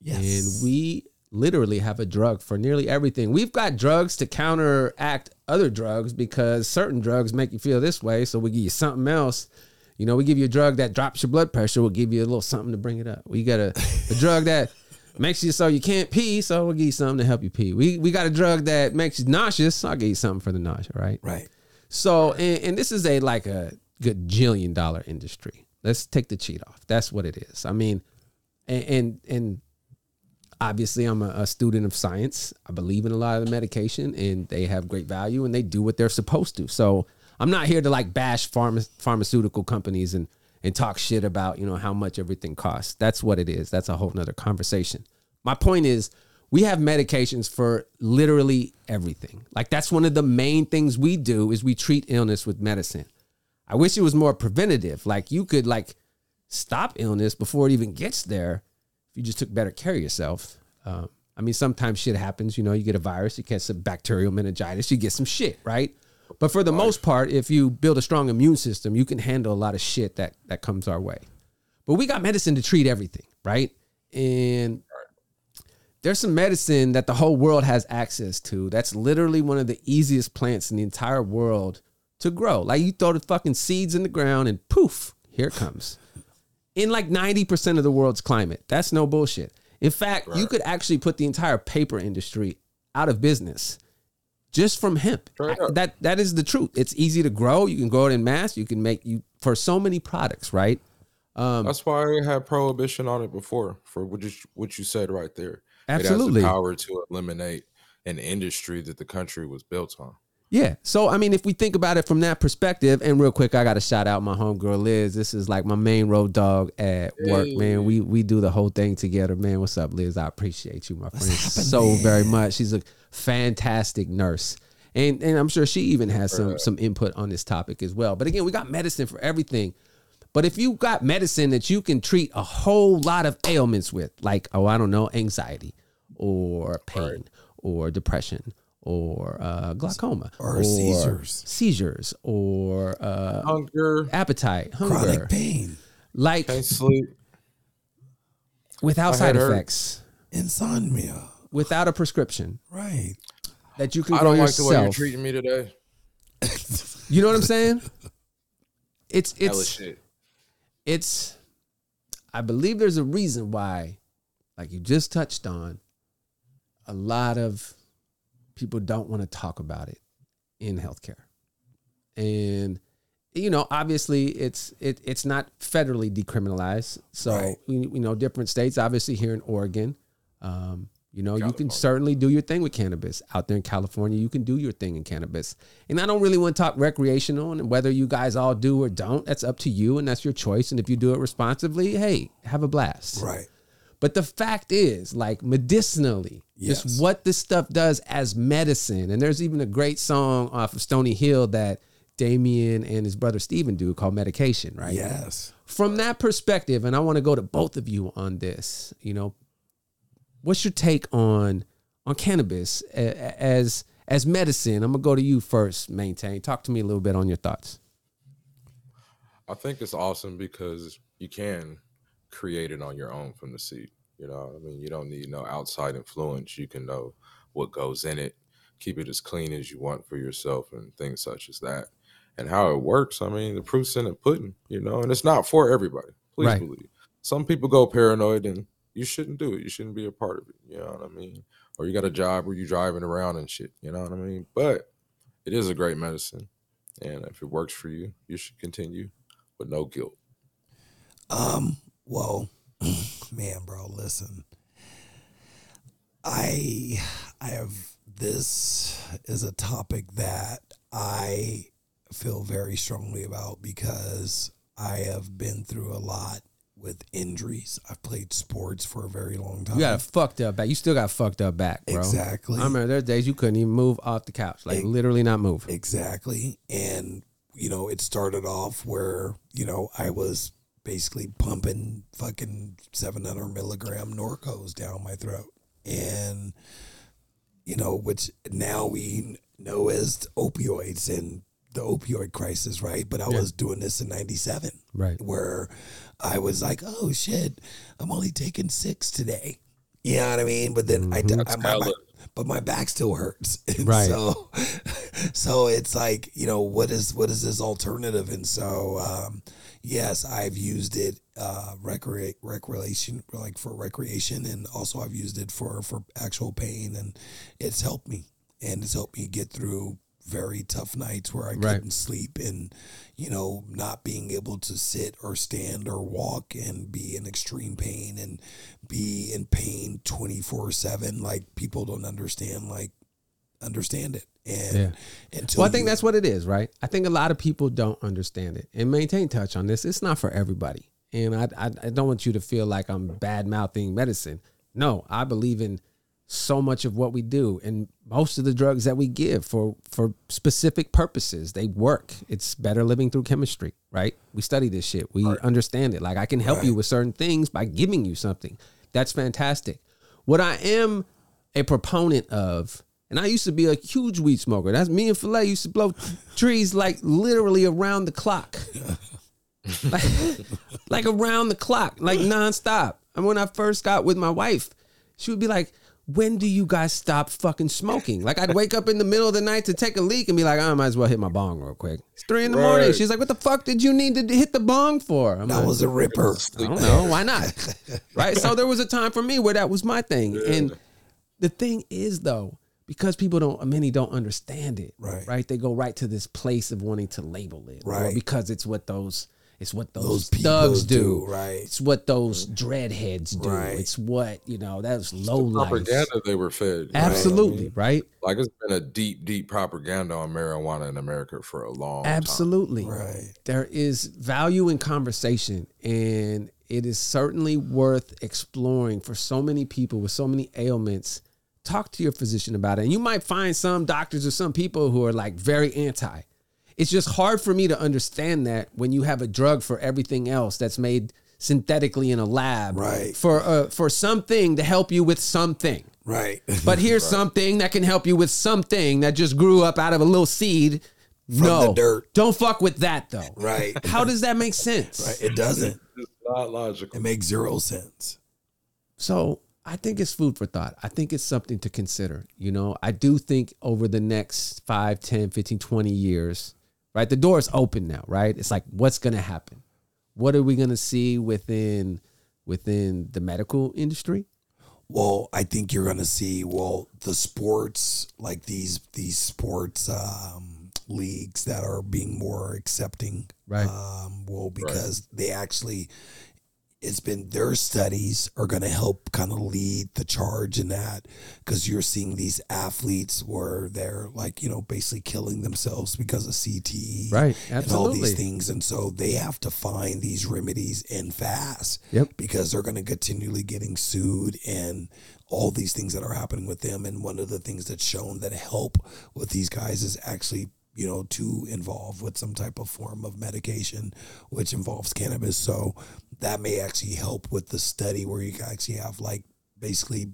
Speaker 4: Yes.
Speaker 1: And we literally have a drug for nearly everything. We've got drugs to counteract other drugs because certain drugs make you feel this way. So we give you something else. You know, we give you a drug that drops your blood pressure. We'll give you a little something to bring it up. We got a, a drug that makes you so you can't pee. So we'll give you something to help you pee. We, we got a drug that makes you nauseous. So I'll give you something for the nausea, right?
Speaker 4: right.
Speaker 1: So, and, and this is a like a gajillion dollar industry. Let's take the cheat off. That's what it is. I mean, and and, and obviously, I'm a, a student of science. I believe in a lot of the medication, and they have great value, and they do what they're supposed to. So, I'm not here to like bash pharma, pharmaceutical companies and and talk shit about you know how much everything costs. That's what it is. That's a whole nother conversation. My point is, we have medications for literally everything. Like that's one of the main things we do is we treat illness with medicine. I wish it was more preventative. Like you could like stop illness before it even gets there if you just took better care of yourself. Um, I mean, sometimes shit happens. You know, you get a virus, you catch some bacterial meningitis, you get some shit, right? But for the most part, if you build a strong immune system, you can handle a lot of shit that that comes our way. But we got medicine to treat everything, right? And there's some medicine that the whole world has access to. That's literally one of the easiest plants in the entire world to grow. Like you throw the fucking seeds in the ground and poof, here it comes. In like 90% of the world's climate. That's no bullshit. In fact, you could actually put the entire paper industry out of business just from hemp.
Speaker 5: Straight up.
Speaker 1: That that is the truth. It's easy to grow. You can grow it in mass. You can make you for so many products, right? Um,
Speaker 5: That's why I had prohibition on it before for what you, what you said right there.
Speaker 1: Absolutely.
Speaker 5: It has the power to eliminate an industry that the country was built on.
Speaker 1: Yeah. So I mean, if we think about it from that perspective, and real quick, I gotta shout out my homegirl Liz. This is like my main road dog at work, man. We we do the whole thing together, man. What's up, Liz? I appreciate you, my friend, so very much. She's a fantastic nurse. And and I'm sure she even has some some input on this topic as well. But again, we got medicine for everything. But if you got medicine that you can treat a whole lot of ailments with, like, oh, I don't know, anxiety or pain or depression or uh, glaucoma
Speaker 4: Or seizures.
Speaker 1: seizures or uh,
Speaker 5: Hunger,
Speaker 1: appetite, hunger,
Speaker 4: Chronic pain,
Speaker 1: like
Speaker 5: can't sleep.
Speaker 1: without side
Speaker 5: heard.
Speaker 1: effects,
Speaker 4: insomnia.
Speaker 1: without a prescription
Speaker 4: Right.
Speaker 1: that you can
Speaker 5: I
Speaker 1: grow
Speaker 5: don't like the
Speaker 1: yourself.
Speaker 5: way you're treating me today.
Speaker 1: you know what I'm saying? It's
Speaker 5: Hella
Speaker 1: it's
Speaker 5: shit.
Speaker 1: it's I believe there's a reason why, like you just touched on, a lot of people don't want to talk about it in healthcare. And you know, obviously it's it it's not federally decriminalized. So
Speaker 4: Right.
Speaker 1: you, you know, different states, obviously here in Oregon, um, you know, you can
Speaker 5: California.
Speaker 1: certainly do your thing with cannabis out there in California. You can do your thing in cannabis, and I don't really want to talk recreational and whether you guys all do or don't. That's up to you, and that's your choice. And if you do it responsibly, hey, have a blast.
Speaker 4: Right.
Speaker 1: But the fact is, like medicinally,
Speaker 4: Yes.
Speaker 1: just what this stuff does as medicine. And there's even a great song off of Stony Hill that Damien and his brother Steven do called Medication, right?
Speaker 4: Yes.
Speaker 1: From that perspective, and I want to go to both of you on this, you know, what's your take on on cannabis a- a- as as medicine? I'm gonna go to you first, maintain. Talk to me a little bit on your thoughts.
Speaker 5: I think it's awesome because you can create it on your own from the seed. You know, what I mean, you don't need no outside influence. You can know what goes in it, keep it as clean as you want for yourself, and things such as that. And how it works, I mean, the proof's in the pudding, you know, and it's not for everybody. Please
Speaker 1: Right.
Speaker 5: believe. Some people go paranoid and you shouldn't do it. You shouldn't be a part of it. You know what I mean? Or you got a job where you driving around and shit. You know what I mean? But it is a great medicine. And if it works for you, you should continue with no guilt.
Speaker 4: Um, well, <clears throat> man, bro, listen. I I have this is a topic that I feel very strongly about because I have been through a lot with injuries. I've played sports for a very long time.
Speaker 1: You got a fucked up back. You still got fucked up back, bro.
Speaker 4: Uh-huh. Exactly.
Speaker 1: I remember there's days you couldn't even move off the couch, like
Speaker 4: Ex-
Speaker 1: literally not move.
Speaker 4: Exactly. And, you know, it started off where, you know, I was basically pumping fucking 700 milligram Norcos down my throat. And, you know, which now we know as opioids and the opioid crisis, right? But I was doing this in 97,
Speaker 1: Right.
Speaker 4: where I was like, oh shit, I'm only taking six today. You know what I mean? But then I d- I, my, my,
Speaker 5: hella.
Speaker 4: but my back still hurts. <laughs> And
Speaker 1: Mm-hmm. Right.
Speaker 4: So, so it's like you know what is what is this alternative? And so, um, yes, I've used it uh, recreate recreation like for recreation, and also I've used it for for actual pain, and it's helped me, and it's helped me get through very tough nights where I
Speaker 1: Right.
Speaker 4: couldn't sleep and you know not being able to sit or stand or walk and be in extreme pain and be in pain 24/7 like people don't understand like understand it and
Speaker 1: Yeah.
Speaker 4: until
Speaker 1: Well, I think
Speaker 4: you-
Speaker 1: that's what it is, right? I think a lot of people don't understand it and maintain touch on this. It's not for everybody. And I, I, I don't want you to feel like I'm bad mouthing medicine. No, I believe in so much of what we do and most of the drugs that we give for for specific purposes they work it's better living through chemistry right we study this shit we understand it like i can help you with certain things by giving you something that's fantastic what i am a proponent of, and I used to be a huge weed smoker. That's me and Filet used to blow trees like literally around the clock, <laughs> like, like around the clock, like nonstop. And when I first got with my wife, she would be like, "When do you guys stop fucking smoking?" Like I'd wake up in the middle of the night to take a leak and be like, "I might as well hit my bong real quick." It's three in the morning.
Speaker 5: Right.
Speaker 1: She's like, "What the fuck did you need to hit the bong for?" I'm
Speaker 4: that
Speaker 1: like,
Speaker 4: was a ripper
Speaker 1: I don't know. Why
Speaker 4: <laughs>
Speaker 1: not? right. So there was a time for me where that was my thing. And the thing is, though, because people don't many don't understand it
Speaker 4: Right.
Speaker 1: right they go right to this place of wanting to label it or
Speaker 4: Right.
Speaker 1: because it's what those it's what those,
Speaker 4: Those people
Speaker 1: thugs
Speaker 4: do,
Speaker 1: do,
Speaker 4: right.
Speaker 1: it's what those dreadheads do
Speaker 4: Right.
Speaker 1: it's what you know that's low life
Speaker 5: Propaganda they were fed.
Speaker 1: absolutely right
Speaker 5: Like it's been a deep, deep propaganda on marijuana in America for a long time.
Speaker 1: absolutely
Speaker 4: Right.
Speaker 1: there is value in conversation and it is certainly worth exploring for so many people with so many ailments talk to your physician about it and you might find some doctors or some people who are like very anti it's just hard for me to understand that when you have a drug for everything else that's made synthetically in a lab
Speaker 4: Right.
Speaker 1: for uh, for something to help you with something
Speaker 4: Right. <laughs>
Speaker 1: but here's something that can help you with something that just grew up out of a little seed no
Speaker 4: the dirt.
Speaker 1: don't fuck with that though
Speaker 4: right.
Speaker 1: how does that make sense?
Speaker 4: Right. It doesn't.
Speaker 5: It's not logical.
Speaker 4: It makes zero sense.
Speaker 1: So I think it's food for thought. I think it's something to consider. You know, I do think over the next 5, 10, 15, 20 years, right? The door is open now, right? It's like what's going to happen? What are we going to see within within the medical industry?
Speaker 4: Well, I think you're gonna see well the sports like these these sports um, leagues that are being more accepting.
Speaker 1: Right.
Speaker 4: Um, well, because they actually it's been their studies are going to help kind of lead the charge in that because you're seeing these athletes where they're like you know basically killing themselves because of CTE
Speaker 1: Right,
Speaker 4: and all
Speaker 1: absolutely.
Speaker 4: these things and so they have to find these remedies and fast
Speaker 1: Yep.
Speaker 4: because they're going to continually getting sued and all these things that are happening with them and one of the things that's shown that help with these guys is actually you know to involve with some type of form of medication which involves cannabis so that may actually help with the study where you can actually have like basically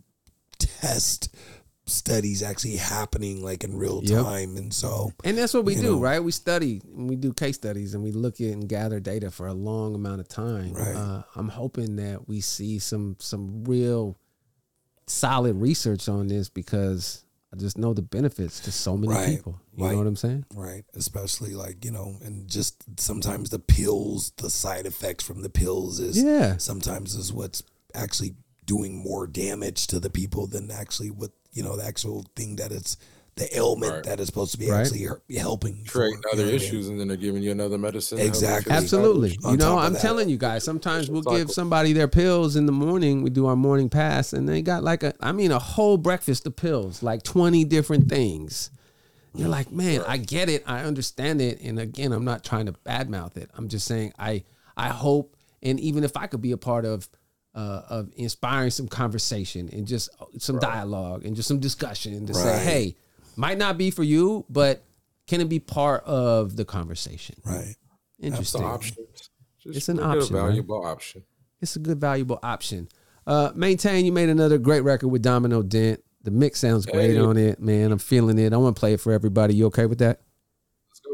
Speaker 4: test studies actually happening like in real
Speaker 1: Yep.
Speaker 4: time and so
Speaker 1: And that's what we
Speaker 4: You
Speaker 1: do,
Speaker 4: know.
Speaker 1: right? We study, and we do case studies, and we look at and gather data for a long amount of time.
Speaker 4: Right.
Speaker 1: Uh, I'm hoping that we see some some real solid research on this because I just know the benefits to so many
Speaker 4: Right.
Speaker 1: people. You
Speaker 4: Right.
Speaker 1: know what I'm saying?
Speaker 4: right especially like you know and just sometimes the pills the side effects from the pills is
Speaker 1: Yeah.
Speaker 4: sometimes is what's actually doing more damage to the people than actually what you know the actual thing that it's the ailment
Speaker 5: Right.
Speaker 4: that is supposed to be
Speaker 1: Right.
Speaker 4: actually her- helping for,
Speaker 5: Creating
Speaker 4: you
Speaker 5: other
Speaker 4: know what I mean?
Speaker 5: issues and then they're giving you another medicine. to help you
Speaker 4: Exactly.
Speaker 5: fix that.
Speaker 1: Absolutely.
Speaker 4: On
Speaker 1: you
Speaker 4: top
Speaker 1: know,
Speaker 4: of
Speaker 1: I'm
Speaker 4: that.
Speaker 1: telling you guys, sometimes we'll
Speaker 5: cycle.
Speaker 1: give somebody their pills in the morning. We do our morning pass, and they got like a, I mean, a whole breakfast of pills, like 20 different things. You're like, man, I get it. I understand it. And again, I'm not trying to badmouth it. I'm just saying, I, I hope, and even if I could be a part of, uh, of inspiring some conversation and just uh, some dialogue and just some discussion to say,
Speaker 4: Right.
Speaker 1: hey, might not be for you, but can it be part of the conversation?
Speaker 4: right
Speaker 5: It's an
Speaker 1: Interesting.
Speaker 5: option. Just
Speaker 1: It's an
Speaker 5: look at
Speaker 1: option,
Speaker 5: A
Speaker 1: man.
Speaker 5: valuable option.
Speaker 1: it's a good valuable option. Uh, maintain. You made another great record with Domino Dent. The mix sounds great
Speaker 5: Hey.
Speaker 1: on it, man. I'm feeling it. I want to play it for everybody. You okay with that?
Speaker 5: Let's go.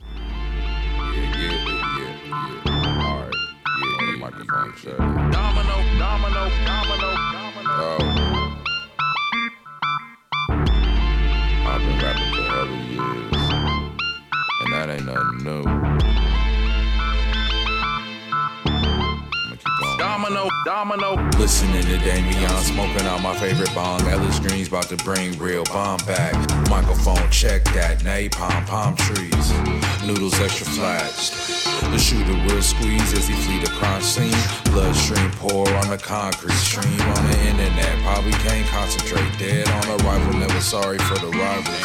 Speaker 5: Yeah, yeah, yeah, yeah. All right. Yeah, yeah, microphone check.
Speaker 6: Domino, domino, domino, domino.
Speaker 5: Oh. I've been rapping for hella years, and that ain't nothing new. I'ma keep going.
Speaker 6: Domino, domino.
Speaker 5: Listening to Damien, smoking on my favorite bong. Ellis Green's about to bring real bomb back. Microphone check that, napalm, palm trees. Noodles extra flashed. The shooter will squeeze as he flee the crime scene. Bloodstream pour on the concrete stream on the internet. Probably can't concentrate. Dead on arrival, never sorry for the rivalry.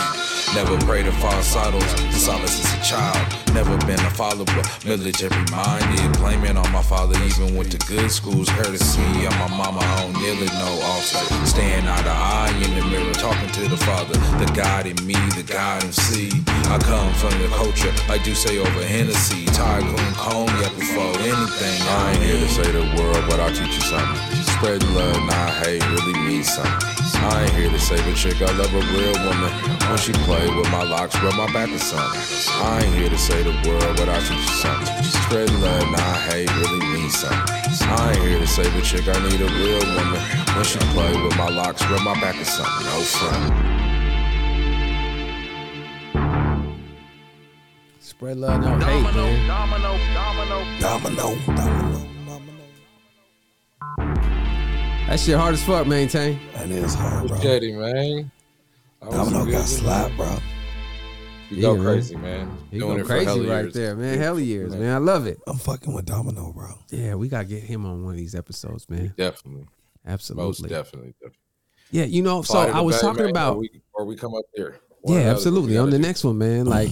Speaker 5: Never prey to false idols, solace as a child. Never been a follower, military minded. Blaming on my father, even went to good schools. Courtesy of my mama, I don't nearly know also. Staying eye to eye in the mirror, talking to the father, the God in me, the God in C. I come from the culture, I do say over Hennessy. Tycoon cognac before anything. I ain't here to say the world, but I'll teach you something. Spread love, not hate, really means something. I ain't here to save a chick, I love a real woman. When she play with my locks, rub my back or something. I ain't here to say the world, but I teach you something. Spread love, not hate, really means something. I ain't here to save a chick, I need a real woman. When she play with my locks, rub my back or something. No front.
Speaker 1: Spread love, no hate,
Speaker 6: Domino, domino, domino.
Speaker 1: man.
Speaker 4: domino domino domino
Speaker 1: That shit hard as fuck. Maintain.
Speaker 4: that is hard bro
Speaker 5: man. That was
Speaker 4: Domino got
Speaker 5: real good.
Speaker 4: slapped, bro.
Speaker 5: You go
Speaker 1: Yeah, man.
Speaker 5: crazy, man.
Speaker 1: He
Speaker 5: Doing
Speaker 1: go
Speaker 5: it for hell
Speaker 1: crazy right
Speaker 5: years.
Speaker 1: there, man. Hell years,
Speaker 5: Man.
Speaker 1: man. I love it.
Speaker 4: I'm fucking with Domino, bro.
Speaker 1: Yeah, we gotta get him on one of these episodes, man.
Speaker 5: Definitely, most
Speaker 1: Absolutely.
Speaker 5: definitely. definitely.
Speaker 1: Yeah, you know. So
Speaker 5: Fly to
Speaker 1: I
Speaker 5: the
Speaker 1: was
Speaker 5: Bay,
Speaker 1: talking
Speaker 5: man,
Speaker 1: about
Speaker 5: or we, or we come up here. One or the
Speaker 1: Yeah,
Speaker 5: other, we
Speaker 1: absolutely. On the
Speaker 5: gotta do
Speaker 1: next one, man.
Speaker 5: <laughs>
Speaker 1: Like,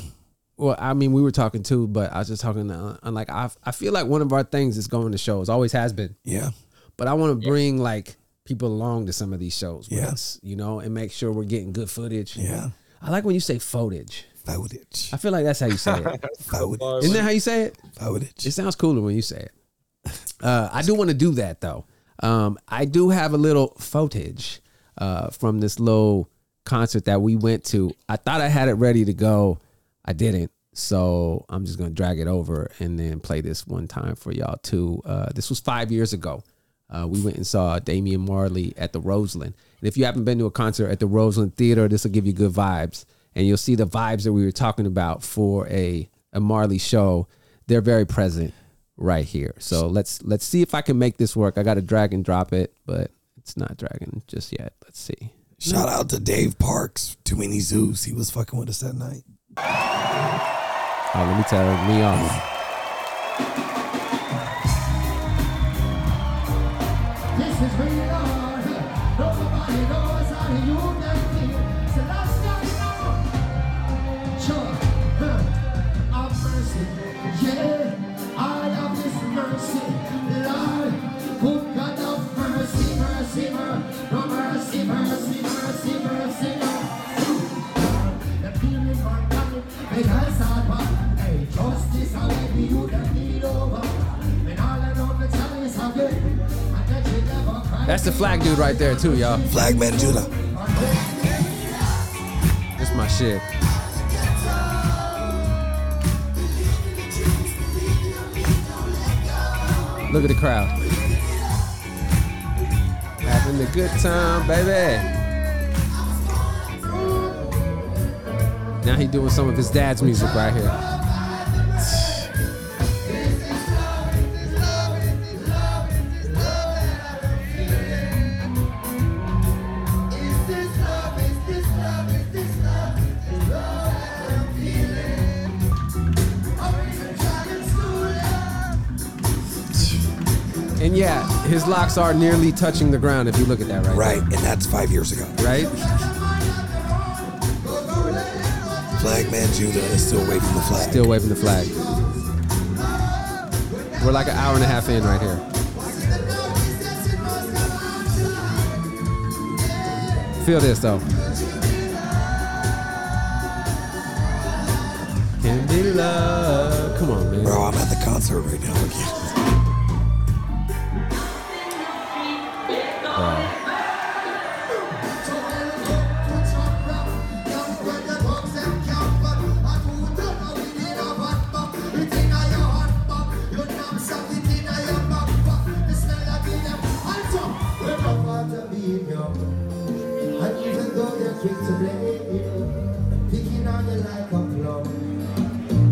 Speaker 1: well, I mean, we were talking too, but I was just talking. To, I'm like, I I feel like one of our things is going to shows, always has been.
Speaker 4: Yeah.
Speaker 1: But I want to bring like people along to some of these shows. with
Speaker 4: Yeah.
Speaker 1: us, you know, and make sure we're getting good footage.
Speaker 4: Yeah.
Speaker 1: I like when you say footage.
Speaker 4: Footage.
Speaker 1: I feel like that's how you say
Speaker 5: <laughs>
Speaker 1: it.
Speaker 4: Footage.
Speaker 1: Isn't that how you say it? It
Speaker 4: Footage.
Speaker 1: sounds cooler when you say it. Uh, I do want to do that though. Um, I do have a little footage uh, from this little concert that we went to. I thought I had it ready to go. I didn't. So I'm just gonna drag it over and then play this one time for y'all too. Uh, this was five years ago. Uh, we went and saw Damian Marley at the Roseland. And if you haven't been to a concert at the Roseland Theater, this will give you good vibes. And you'll see the vibes that we were talking about for a, a Marley show. They're very present right here. So let's let's see if I can make this work. I got to drag and drop it, but it's not dragging just yet. Let's see.
Speaker 4: Shout out to Dave Parks. Too many zoos. He was fucking with us that night.
Speaker 1: Oh, let me tell me off.
Speaker 7: This is real hard. Nobody knows how to use that thing. So let's not know. Sure. Huh. Our mercy. Yeah. I love this mercy. Lord. Who God of mercy, mercy, mercy. No mercy, mercy, mercy, mercy. mercy. The feeling for God. Because I want a justice. I let you that need over. And all I know to tell you is how good. I bet you never cried.
Speaker 1: That's the flag dude right there too, y'all.
Speaker 4: Flagman Judah.
Speaker 1: That's my shit. Look at the crowd. Having a good time, baby. Now he doing some of his dad's music right here. And yeah, his locks are nearly touching the ground if you look at that right
Speaker 4: Right. And that's five years ago.
Speaker 1: there, Right?
Speaker 4: Flagman Judah is still waving the flag.
Speaker 1: Still waving the flag. We're like an hour and a half in right here. Feel this though. Can be love. Come on, man.
Speaker 4: Bro, I'm at the concert right now. Again.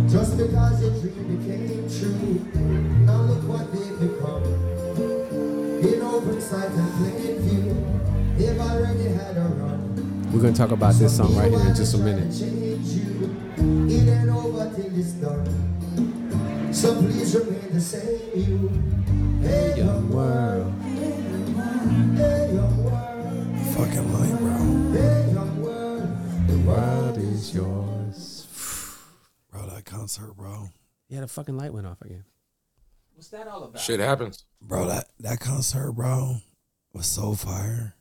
Speaker 7: Just because your dream became true, now look what they've become in open sight and plain view. They've already had a run.
Speaker 1: We're gonna talk about this song right here in just a
Speaker 7: Some people
Speaker 1: minute.
Speaker 7: try to change you. It ain't over till it's done. So please remain the same you. Hey, young world. Hey, young world.
Speaker 4: Fucking lying, bro.
Speaker 7: Hey, young world. The world is
Speaker 1: It's yours.
Speaker 4: Bro, that concert, bro.
Speaker 1: Yeah, the fucking light went off again. What's that all about?
Speaker 5: Shit happens.
Speaker 4: Bro, that, that concert, bro, was so fire.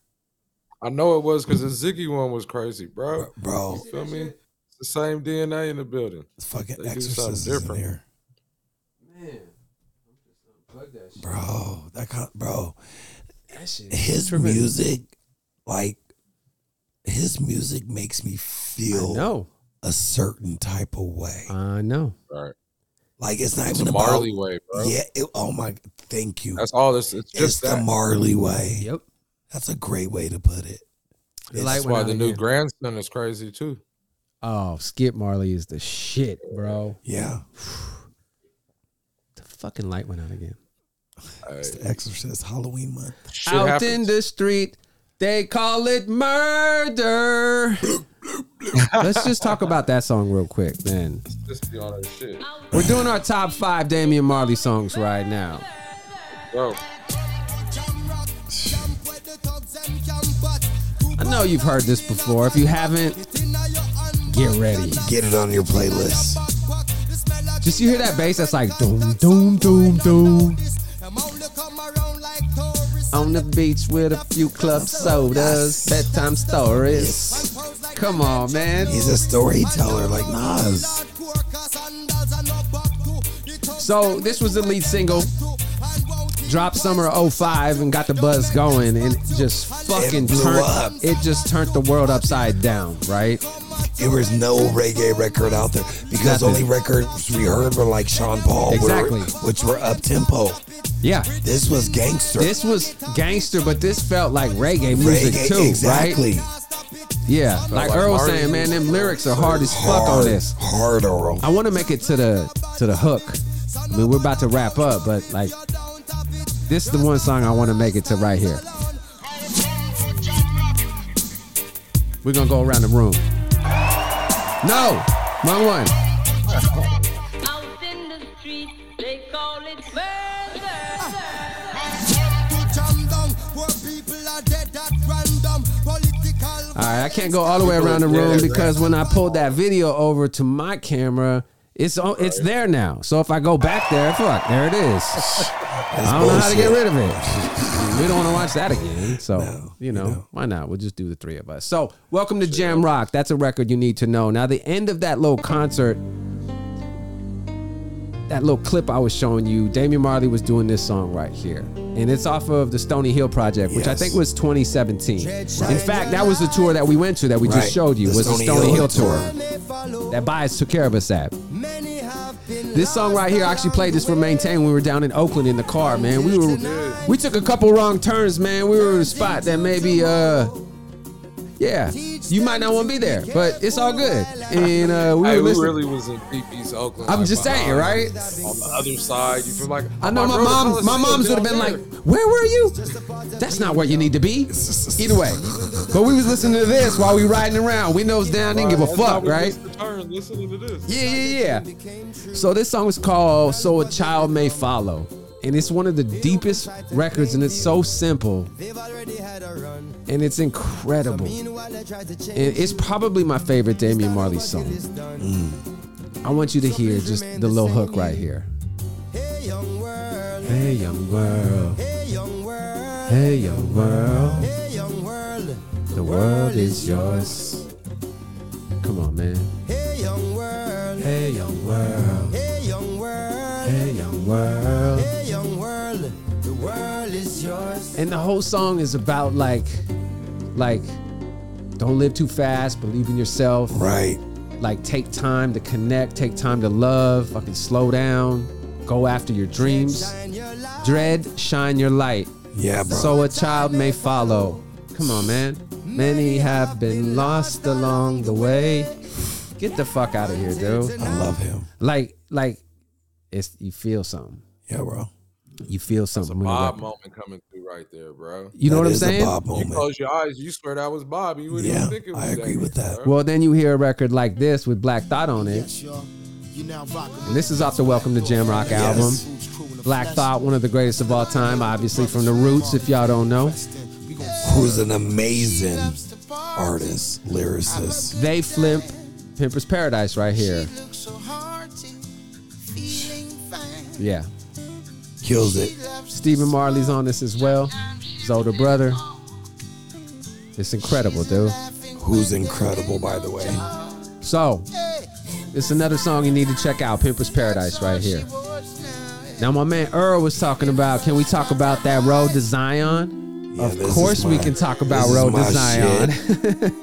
Speaker 5: I know it was because the Ziggy one was crazy, bro.
Speaker 4: Bro,
Speaker 5: Feel me? It's the same DNA in the building.
Speaker 4: it's fucking
Speaker 5: They do
Speaker 4: exorcists
Speaker 5: something
Speaker 4: in
Speaker 5: different.
Speaker 4: here.
Speaker 1: Man, unplug that shit.
Speaker 4: Bro, that con- bro,
Speaker 1: That shit.
Speaker 4: his
Speaker 1: Tremendous.
Speaker 4: music, like his music makes me feel
Speaker 1: No,
Speaker 4: a certain type of way.
Speaker 1: I know.
Speaker 5: Right.
Speaker 4: Like it's not
Speaker 5: It's
Speaker 4: even
Speaker 5: the
Speaker 4: about
Speaker 5: Marley way, bro.
Speaker 4: Yeah, it, oh my thank you.
Speaker 5: That's all this. It's
Speaker 4: it's
Speaker 5: just
Speaker 4: the
Speaker 5: that.
Speaker 4: Marley way.
Speaker 1: Yep.
Speaker 4: That's a great way to put it.
Speaker 1: The light
Speaker 5: That's
Speaker 1: went
Speaker 5: why
Speaker 1: out
Speaker 5: the new
Speaker 1: again.
Speaker 5: grandson is crazy too.
Speaker 1: Oh, Skip Marley is the shit, bro.
Speaker 4: Yeah.
Speaker 1: The fucking light went out again.
Speaker 5: Hey,
Speaker 4: It's the Exorcist Halloween month.
Speaker 5: shit
Speaker 1: out
Speaker 5: happens.
Speaker 1: in the street, they call it murder. Let's just talk about that song real quick, man.
Speaker 5: Just be all that shit.
Speaker 1: We're doing our top five Damian Marley songs right now.
Speaker 5: Bro,
Speaker 1: I know you've heard this before. If you haven't, get ready.
Speaker 4: Get it on your playlist.
Speaker 1: Just you hear that bass that's like doom, doom, doom, doom. On the beach with a few club sodas, bedtime stories. Come on, man.
Speaker 4: He's a storyteller like Nas.
Speaker 1: So this was the lead single. Dropped summer of 05 and got the buzz going and it just fucking
Speaker 4: It blew
Speaker 1: turned
Speaker 4: up.
Speaker 1: it just turned the world upside down, right?
Speaker 4: There was no reggae record out there because
Speaker 1: Nothing.
Speaker 4: only records we heard were like Sean Paul, which were-
Speaker 1: Exactly.
Speaker 4: which were up tempo.
Speaker 1: Yeah.
Speaker 4: This was gangster.
Speaker 1: This was gangster, but this felt like reggae music
Speaker 4: reggae,
Speaker 1: too, right?
Speaker 4: exactly.
Speaker 1: Yeah. Like,
Speaker 5: like
Speaker 1: Earl was
Speaker 5: Marty.
Speaker 1: saying, man, them lyrics are hard as fuck on
Speaker 4: Hard,
Speaker 1: this.
Speaker 4: hard Earl.
Speaker 1: I want to make it to the to the hook. I mean, we're about to wrap up, but like this is the one song I want to make it to right here. We're gonna go around the room. No, wrong one.
Speaker 8: Out in the street, they call it murder.
Speaker 1: All right, I can't go all the way around the room because when I pulled that video over to my camera, it's on, it's there now. So if I go back there, fuck, there it <laughs> is. I don't know how to get rid of it. We don't want to watch that again. So you know, why not? We'll just do the three of us. So welcome to Jam Rock. That's a record you need to know. Now the end of that little concert. That little clip I was showing you, Damian Marley was doing this song right here. And it's off of the Stony Hill Project, which I
Speaker 4: Yes.
Speaker 1: think was 2017. In fact, that was the tour that we went to that we just
Speaker 4: Right.
Speaker 1: showed you
Speaker 4: The
Speaker 1: was the
Speaker 4: Stony
Speaker 1: Stony Hill,
Speaker 4: Hill
Speaker 1: tour. That Bias took care of us at. This song right here, I actually played this for Maintain when we were down in Oakland in the car, man. We were we took a couple wrong turns, man. We were in a spot that maybe uh yeah, you might not want to be there, but it's all good. And uh, we
Speaker 5: hey,
Speaker 1: were
Speaker 5: we
Speaker 1: listening.
Speaker 5: really was in deep East Oakland.
Speaker 1: I'm
Speaker 5: like,
Speaker 1: just
Speaker 5: behind
Speaker 1: saying, right?
Speaker 5: On the other side, Uh, you feel like
Speaker 1: I know my
Speaker 5: brother
Speaker 1: mom.
Speaker 5: Colin
Speaker 1: My
Speaker 5: Steele
Speaker 1: mom's would
Speaker 5: down
Speaker 1: have been
Speaker 5: there.
Speaker 1: like, "Where were you? That's not where you need to be." Either way, but we was listening to this while we riding around, windows down, didn't give a
Speaker 5: That's how
Speaker 1: fuck,
Speaker 5: we
Speaker 1: right?
Speaker 5: missed the turn, listening to this.
Speaker 1: Yeah, yeah, yeah. So this song is called "So a Child May Follow," and it's one of the deepest records, and it's so simple, and it's incredible. And it's probably my favorite Damian Marley song. Mm. I want you to hear just the little hook right here. Hey young world. Hey young world. Hey young world. The world is yours. Come on, man. Hey young world. Hey young world. Hey young world. Hey young world. The world is yours. And the whole song is about like like don't live too fast, believe in yourself
Speaker 4: Right.
Speaker 1: like take time to connect, take time to love, fucking slow down, go after your dreams. Dread, shine your light,
Speaker 4: Yeah, bro.
Speaker 1: so a child may follow. Come on, man. Many have been lost along the way. Get the fuck out of here, dude.
Speaker 4: I love him.
Speaker 1: Like, like, it's you feel something.
Speaker 4: Yeah, bro.
Speaker 1: You feel something. when you
Speaker 5: Bob
Speaker 1: rap.
Speaker 5: moment coming through right there, bro.
Speaker 1: You know
Speaker 4: That
Speaker 1: what I'm
Speaker 4: is a
Speaker 1: saying?
Speaker 4: Bob
Speaker 5: You
Speaker 4: moment.
Speaker 5: close your eyes, you swear that was Bob. You wouldn't
Speaker 4: Yeah,
Speaker 5: even think it was
Speaker 4: I agree with that.
Speaker 5: bro.
Speaker 1: Well, then you hear a record like this with Black Thought on it. And this is off the Welcome to Jam Rock album. Black Thought, one of the greatest of all time, obviously from the Roots, if y'all don't know.
Speaker 4: Who's an amazing artist, lyricist.
Speaker 1: They flip Pimper's Paradise right here. Yeah.
Speaker 4: Kills it.
Speaker 1: Stephen Marley's on this as well. His older brother. It's incredible, dude.
Speaker 4: Who's incredible, by the way.
Speaker 1: So, it's another song you need to check out, Pimper's Paradise, right here. Now, my man Earl was talking about, can we talk about that road to Zion?
Speaker 4: Yeah,
Speaker 1: of
Speaker 4: this is
Speaker 1: course, we
Speaker 4: my-
Speaker 1: can talk about
Speaker 4: this is
Speaker 1: road to
Speaker 4: my
Speaker 1: Zion. <laughs>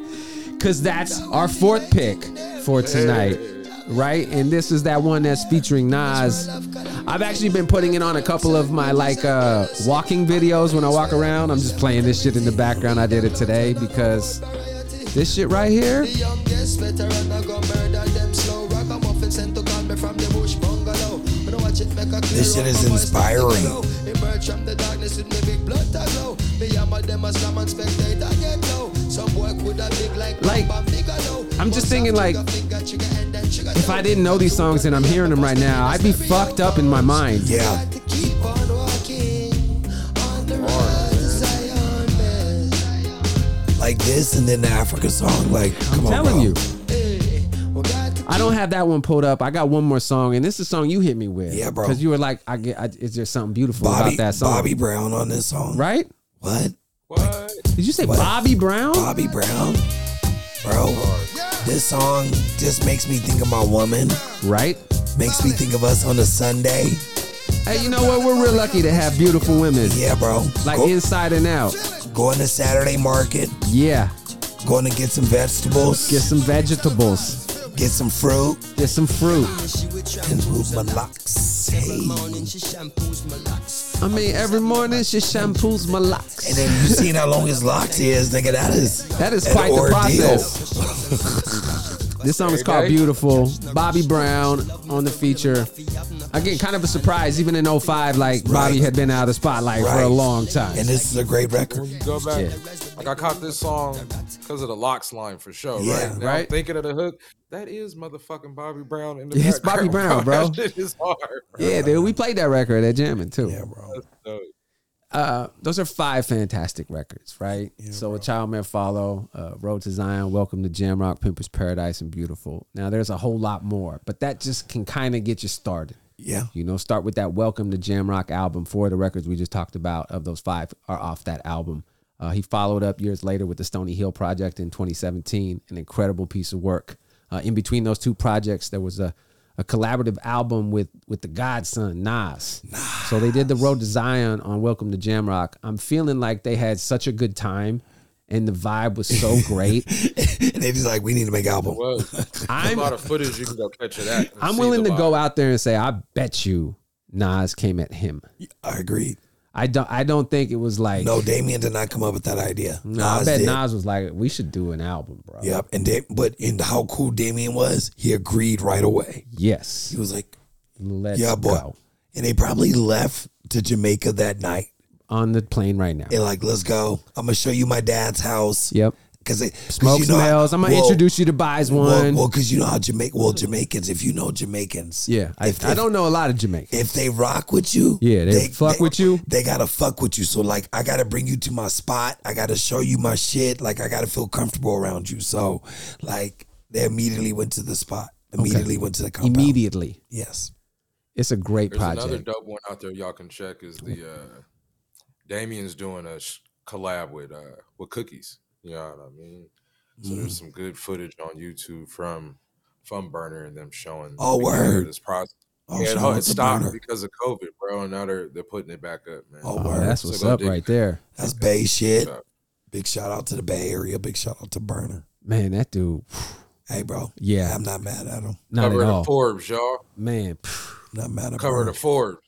Speaker 1: Because that's our fourth pick for tonight. Right, and this is that one that's featuring Nas. I've actually been putting it on a couple of my like uh, walking videos when I walk around. I'm just playing this shit in the background. I did it today because this shit right here.
Speaker 9: youngest veteran I go murder them slow Rock a muffin sent to call me from the bush bungalow But I watch it make a clear
Speaker 4: This shit
Speaker 9: up
Speaker 4: is
Speaker 9: my voice like a
Speaker 4: inspiring.
Speaker 9: glow. Emerge from the darkness with me big blood to glow Me and my them a slam and spectator get low Some boy could a big like
Speaker 1: Like-
Speaker 9: Bam Bigelow
Speaker 1: I'm just thinking like if I didn't know these songs and I'm hearing them right now, I'd be fucked up in my mind.
Speaker 4: Yeah. Like this and then the Africa song. Like,
Speaker 1: I'm
Speaker 4: come on.
Speaker 1: telling
Speaker 4: bro.
Speaker 1: you. I don't have that one pulled up. I got one more song, and this is a song you hit me with.
Speaker 4: Yeah, bro.
Speaker 1: Because you were like, "I get, I, is there something beautiful
Speaker 4: Bobby,
Speaker 1: about that song?"
Speaker 4: Bobby Brown on this song.
Speaker 1: right?
Speaker 4: What?
Speaker 5: What?
Speaker 1: Did you say
Speaker 4: What?
Speaker 1: Bobby Brown?
Speaker 4: Bobby Brown? Bro, this song just makes me think of my woman.
Speaker 1: Right?
Speaker 4: Makes me think of us on a Sunday.
Speaker 1: Hey, you know what? We're real lucky to have beautiful women,
Speaker 4: Yeah, bro.
Speaker 1: like
Speaker 4: Go-
Speaker 1: inside and out.
Speaker 4: going to Saturday market,
Speaker 1: Yeah.
Speaker 4: going to get some vegetables,
Speaker 1: Get some vegetables.
Speaker 4: get some fruit,
Speaker 1: Get some fruit.
Speaker 4: and move my locks. Hey.
Speaker 1: I mean, every morning she shampoos my
Speaker 4: And
Speaker 1: locks.
Speaker 4: then you seen how long his locks is, nigga. That is
Speaker 1: That is
Speaker 4: an
Speaker 1: quite the
Speaker 4: ordeal.
Speaker 1: process. This song is called Beautiful. Bobby Brown on the feature. Again, kind of a surprise. Even in 05, like Bobby
Speaker 4: Right.
Speaker 1: had been out of the spotlight for
Speaker 4: Right.
Speaker 1: a long time.
Speaker 4: And this is a great record.
Speaker 5: Go back.
Speaker 1: Yeah.
Speaker 5: Like I caught this song because of the locks line for sure,
Speaker 4: Yeah.
Speaker 5: right? Now I'm
Speaker 1: Right.
Speaker 5: thinking of the hook. That is motherfucking Bobby Brown in the
Speaker 1: It's Bobby
Speaker 5: background,
Speaker 1: Brown, bro.
Speaker 5: <laughs> That shit is hard. bro.
Speaker 1: Yeah, dude, we played that record at jamming too.
Speaker 4: Yeah, bro. <laughs>
Speaker 5: So,
Speaker 1: Uh, those are five fantastic records, right? so a child may follow, uh, Road to Zion, Welcome to Jamrock, Pimpers Paradise, and Beautiful. Now there's a whole lot more, but that just can kind of get you started.
Speaker 4: Yeah.
Speaker 1: You know, start with that Welcome to Jamrock album. Four of the records we just talked about of those five are off that album. Uh, he followed up years later with the Stony Hill Project in 2017, an incredible piece of work. Uh, in between those two projects, there was a, a collaborative album with with the Godson Nas. So they did the Road to Zion on Welcome to Jamrock. I'm feeling like they had such a good time, and the vibe was
Speaker 5: <laughs>
Speaker 1: so great.
Speaker 4: And they just like, we need to make an album.
Speaker 5: well, a
Speaker 1: I'm
Speaker 5: lot of footage you can go catch of that. and
Speaker 1: I'm
Speaker 5: see
Speaker 1: willing
Speaker 5: the
Speaker 1: to go
Speaker 5: vibe.
Speaker 1: out there and say I bet you Nas came at him.
Speaker 4: I agree.
Speaker 1: I don't. I don't think it was like.
Speaker 4: No, Damien did not come up with that idea.
Speaker 1: No, I bet
Speaker 4: did.
Speaker 1: Nas was like, "We should do an album, bro."
Speaker 4: Yep. And da- but in how cool Damien was, he agreed right away.
Speaker 1: Yes.
Speaker 4: He was like,
Speaker 1: Let's
Speaker 4: yeah, boy.
Speaker 1: go
Speaker 4: And they probably left to Jamaica that night.
Speaker 1: on the plane right now.
Speaker 4: And like, let's go. I'm gonna show you my dad's house.
Speaker 1: Yep.
Speaker 4: Cause it cause
Speaker 1: Smoke
Speaker 4: you know
Speaker 1: smells.
Speaker 4: how-
Speaker 1: I'm gonna
Speaker 4: well,
Speaker 1: introduce you to buys one.
Speaker 4: Well, well, cause you know how Jamaica. Well, Jamaicans. If you know Jamaicans,
Speaker 1: yeah, I,
Speaker 4: if,
Speaker 1: I
Speaker 4: if-
Speaker 1: don't know a lot of Jamaica.
Speaker 4: If they rock with you,
Speaker 1: Yeah, they fuck with you.
Speaker 4: They gotta fuck with you. So like, I gotta bring you to my spot. I gotta show you my shit. Like, I gotta feel comfortable around you. So, like, they immediately went to the spot. Immediately went to the compound.
Speaker 1: Immediately,
Speaker 4: Yes.
Speaker 1: it's a great
Speaker 5: There's another
Speaker 1: project.
Speaker 5: dope one out there y'all can check is the uh Damien's doing a sh- collab with uh with cookies. You know what I mean? So
Speaker 4: Mm.
Speaker 5: there's some good footage on YouTube from from Burner and them showing the
Speaker 4: Oh,
Speaker 5: beginning of
Speaker 4: word.
Speaker 5: this process.
Speaker 4: Oh,
Speaker 5: yeah,
Speaker 4: shout
Speaker 5: no,
Speaker 4: out
Speaker 5: it
Speaker 4: to
Speaker 5: stopped
Speaker 4: Burner.
Speaker 5: because of COVID, bro. And now they're they're putting it back up, man.
Speaker 4: Oh,
Speaker 1: Oh,
Speaker 4: word.
Speaker 1: that's
Speaker 5: So
Speaker 1: what's
Speaker 5: go
Speaker 1: up
Speaker 5: dig
Speaker 1: right
Speaker 5: it.
Speaker 1: there,
Speaker 4: That's Bay shit.
Speaker 5: Yeah.
Speaker 4: Big shout out to the Bay Area. Big shout out to Burner.
Speaker 1: man. That dude,
Speaker 4: Hey, bro.
Speaker 1: Yeah.
Speaker 4: I'm not mad at him.
Speaker 1: not
Speaker 5: Cover
Speaker 1: at
Speaker 5: the
Speaker 1: all,
Speaker 5: Forbes, y'all.
Speaker 1: man.
Speaker 4: Not mad at
Speaker 5: Cover
Speaker 4: Burner.
Speaker 5: the Forbes.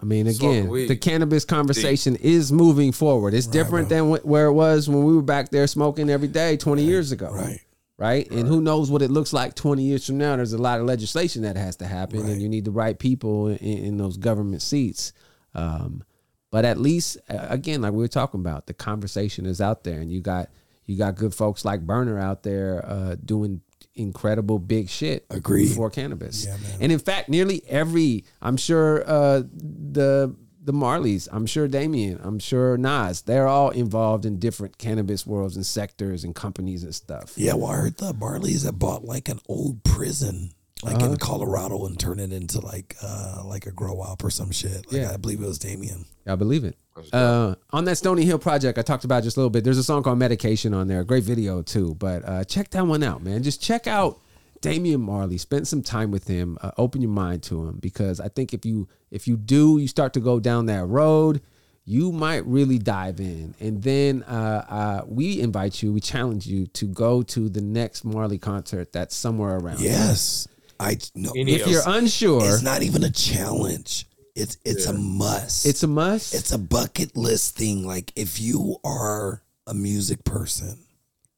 Speaker 1: I mean,
Speaker 5: Smoking
Speaker 1: again,
Speaker 5: weed.
Speaker 1: the cannabis conversation is moving forward. It's different than wh- where it was when we were back there smoking every day 20 years ago.
Speaker 4: right.
Speaker 1: Right. And who knows what it looks like 20 years from now. There's a lot of legislation that has to happen,
Speaker 4: Right.
Speaker 1: and you need the right people in, in those government seats. Um, but at least, uh, again, like we were talking about, the conversation is out there, and you got you got good folks like Burner out there uh, doing incredible big shit
Speaker 4: Agreed.
Speaker 1: for cannabis.
Speaker 4: Yeah, man.
Speaker 1: And in fact, nearly every I'm sure uh, the the Marleys, I'm sure Damien, I'm sure Nas, they're all involved in different cannabis worlds and sectors and companies and stuff.
Speaker 4: Yeah, well, I heard the Barleys had bought like an old prison, like
Speaker 1: Uh-huh.
Speaker 4: in Colorado, and turned it into like uh like a grow up or some shit. Like,
Speaker 1: Yeah.
Speaker 4: I believe it was Damien.
Speaker 1: I believe it. Uh, on that Stony Hill project I talked about just a little bit, there's a song called Medication on there. Great video too. But uh, check that one out, man. Just check out Damian Marley. Spend some time with him. Uh, open your mind to him because I think if you if you do, you start to go down that road. You might really dive in, and then uh, uh, we invite you, we challenge you to go to the next Marley concert that's somewhere around.
Speaker 4: Yes, I no.
Speaker 5: Any
Speaker 1: If you're unsure,
Speaker 4: It's not even a challenge. It's it's a must.
Speaker 1: it's a must.
Speaker 4: it's a bucket list thing. Like if you are a music person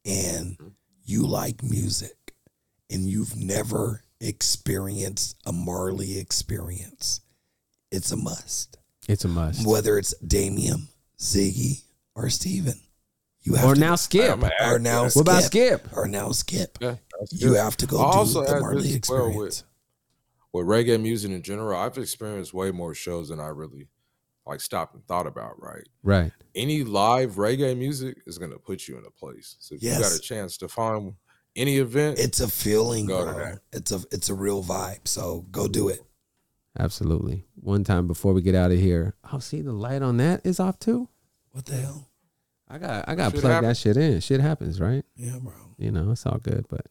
Speaker 4: and you like music and you've never experienced a Marley experience, it's a must.
Speaker 1: it's a must.
Speaker 4: Whether it's Damien, Ziggy, or Steven. You have
Speaker 1: Or
Speaker 4: to,
Speaker 1: now skip.
Speaker 5: I'm a-
Speaker 4: or now
Speaker 5: What
Speaker 1: about Skip?
Speaker 4: Or now skip.
Speaker 5: Yeah.
Speaker 4: you have to go
Speaker 5: I also
Speaker 4: do the
Speaker 5: had
Speaker 4: Marley
Speaker 5: this as well
Speaker 4: experience.
Speaker 5: with- with reggae music in general, I've experienced way more shows than I really like stopped and thought about, right?
Speaker 1: Right.
Speaker 5: Any live reggae music is gonna put you in a place. So if you got
Speaker 4: Yes.
Speaker 5: a chance to find any event,
Speaker 4: It's a feeling,
Speaker 5: Go to
Speaker 4: bro.
Speaker 5: that.
Speaker 4: It's a it's a real vibe. So go do it.
Speaker 1: Absolutely. One time before we get out of here, oh, see the light on that is off too.
Speaker 4: What the hell?
Speaker 1: I got I got to
Speaker 5: Shit
Speaker 1: plug that
Speaker 5: happens.
Speaker 1: shit in. Shit happens, right?
Speaker 4: Yeah, bro.
Speaker 1: You know, it's all good. But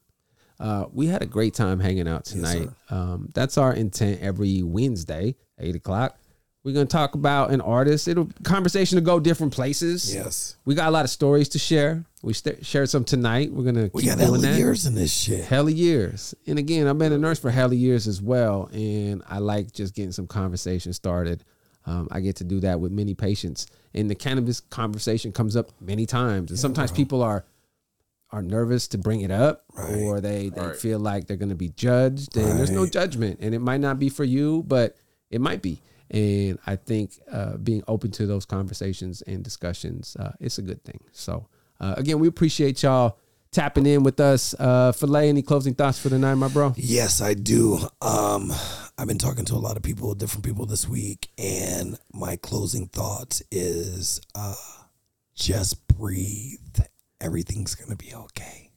Speaker 1: uh, we had a great time hanging out tonight.
Speaker 4: sir.
Speaker 1: um, that's our intent every Wednesday, eight o'clock. We're gonna talk about an artist. It'll conversation to go different places.
Speaker 4: Yes.
Speaker 1: We got a lot of stories to share. We st- shared some tonight. We're gonna
Speaker 4: We
Speaker 1: keep
Speaker 4: got
Speaker 1: doing
Speaker 4: hella
Speaker 1: that.
Speaker 4: years in this shit.
Speaker 1: Hella years. And again, I've been a nurse for hella years as well. And I like just getting some conversation started. Um, I get to do that with many patients. And the cannabis conversation comes up many times. And sometimes people are are nervous to bring it up or they, they
Speaker 5: Right.
Speaker 1: feel like they're going to be judged and there's no
Speaker 4: Right.
Speaker 1: judgment and it might not be for you but it might be and i think uh, being open to those conversations and discussions uh, it's a good thing so uh, again we appreciate y'all tapping in with us uh, fillet any closing thoughts for the night my bro
Speaker 4: Yes, I do. Um, I've been talking to a lot of people, different people this week, and my closing thought is uh, just breathe. Everything's gonna be okay.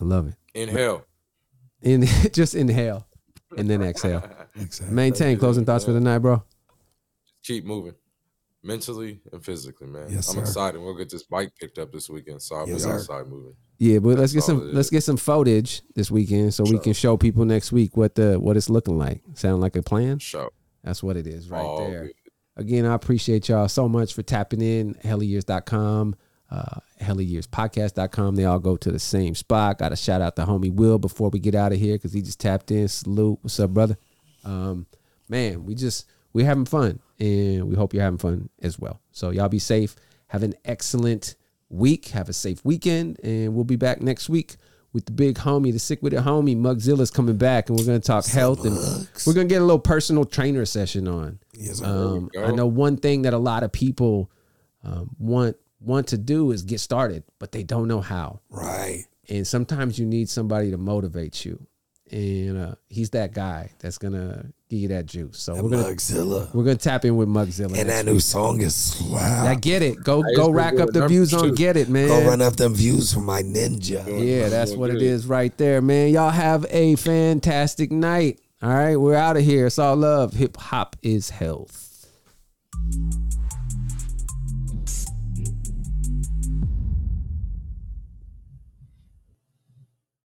Speaker 1: i love it
Speaker 5: inhale.
Speaker 1: and <laughs> just inhale and then exhale maintain closing thoughts for the night bro
Speaker 5: keep moving mentally and physically, man.
Speaker 4: Yes,
Speaker 5: I'm
Speaker 4: sir.
Speaker 5: excited. We'll get this bike picked up this weekend, so I'll
Speaker 4: Yes,
Speaker 5: be
Speaker 4: sir.
Speaker 5: outside moving.
Speaker 1: Yeah, but let's get
Speaker 5: That's all
Speaker 1: some
Speaker 5: it
Speaker 1: let's
Speaker 5: is.
Speaker 1: get some footage this weekend so we can show people next week what the what it's looking like. Sound like a plan?
Speaker 5: Show
Speaker 1: That's what it is right
Speaker 5: All
Speaker 1: there.
Speaker 5: good.
Speaker 1: Again, I appreciate y'all so much for tapping in. Hellyyears.com, uh, hellyyearspodcast.com. They all go to the same spot. Got to shout out to homie Will before we get out of here because he just tapped in. Salute. What's up, brother? Um, man, we just, we having fun and we hope you're having fun as well. So y'all be safe. Have an excellent week. Have a safe weekend. And we'll be back next week with the big homie, the sick with it homie, Mugzilla's coming back and we're going to talk health and we're going to get a little personal trainer session on.
Speaker 4: Yes, sir.
Speaker 1: Um,
Speaker 5: There we
Speaker 1: I
Speaker 5: go.
Speaker 1: know one thing that a lot of people um, want want to do is get started, but they don't know how.
Speaker 4: right.
Speaker 1: And sometimes you need somebody to motivate you, and uh, he's that guy that's gonna give you that juice. So
Speaker 4: And
Speaker 1: we're gonna
Speaker 4: Mugzilla.
Speaker 1: we're gonna tap in with Mugzilla.
Speaker 4: And that new song is slap.
Speaker 1: I get it. Go
Speaker 5: Hey, it's
Speaker 1: go
Speaker 5: been
Speaker 1: rack
Speaker 5: good.
Speaker 1: up the
Speaker 5: Number
Speaker 1: views on
Speaker 5: two.
Speaker 1: Get It, man.
Speaker 4: Go run up them views for my ninja.
Speaker 1: Yeah, that's what it
Speaker 5: good.
Speaker 1: is right there, man. Y'all have a fantastic night. All right, we're out of here. It's all love. Hip hop is health.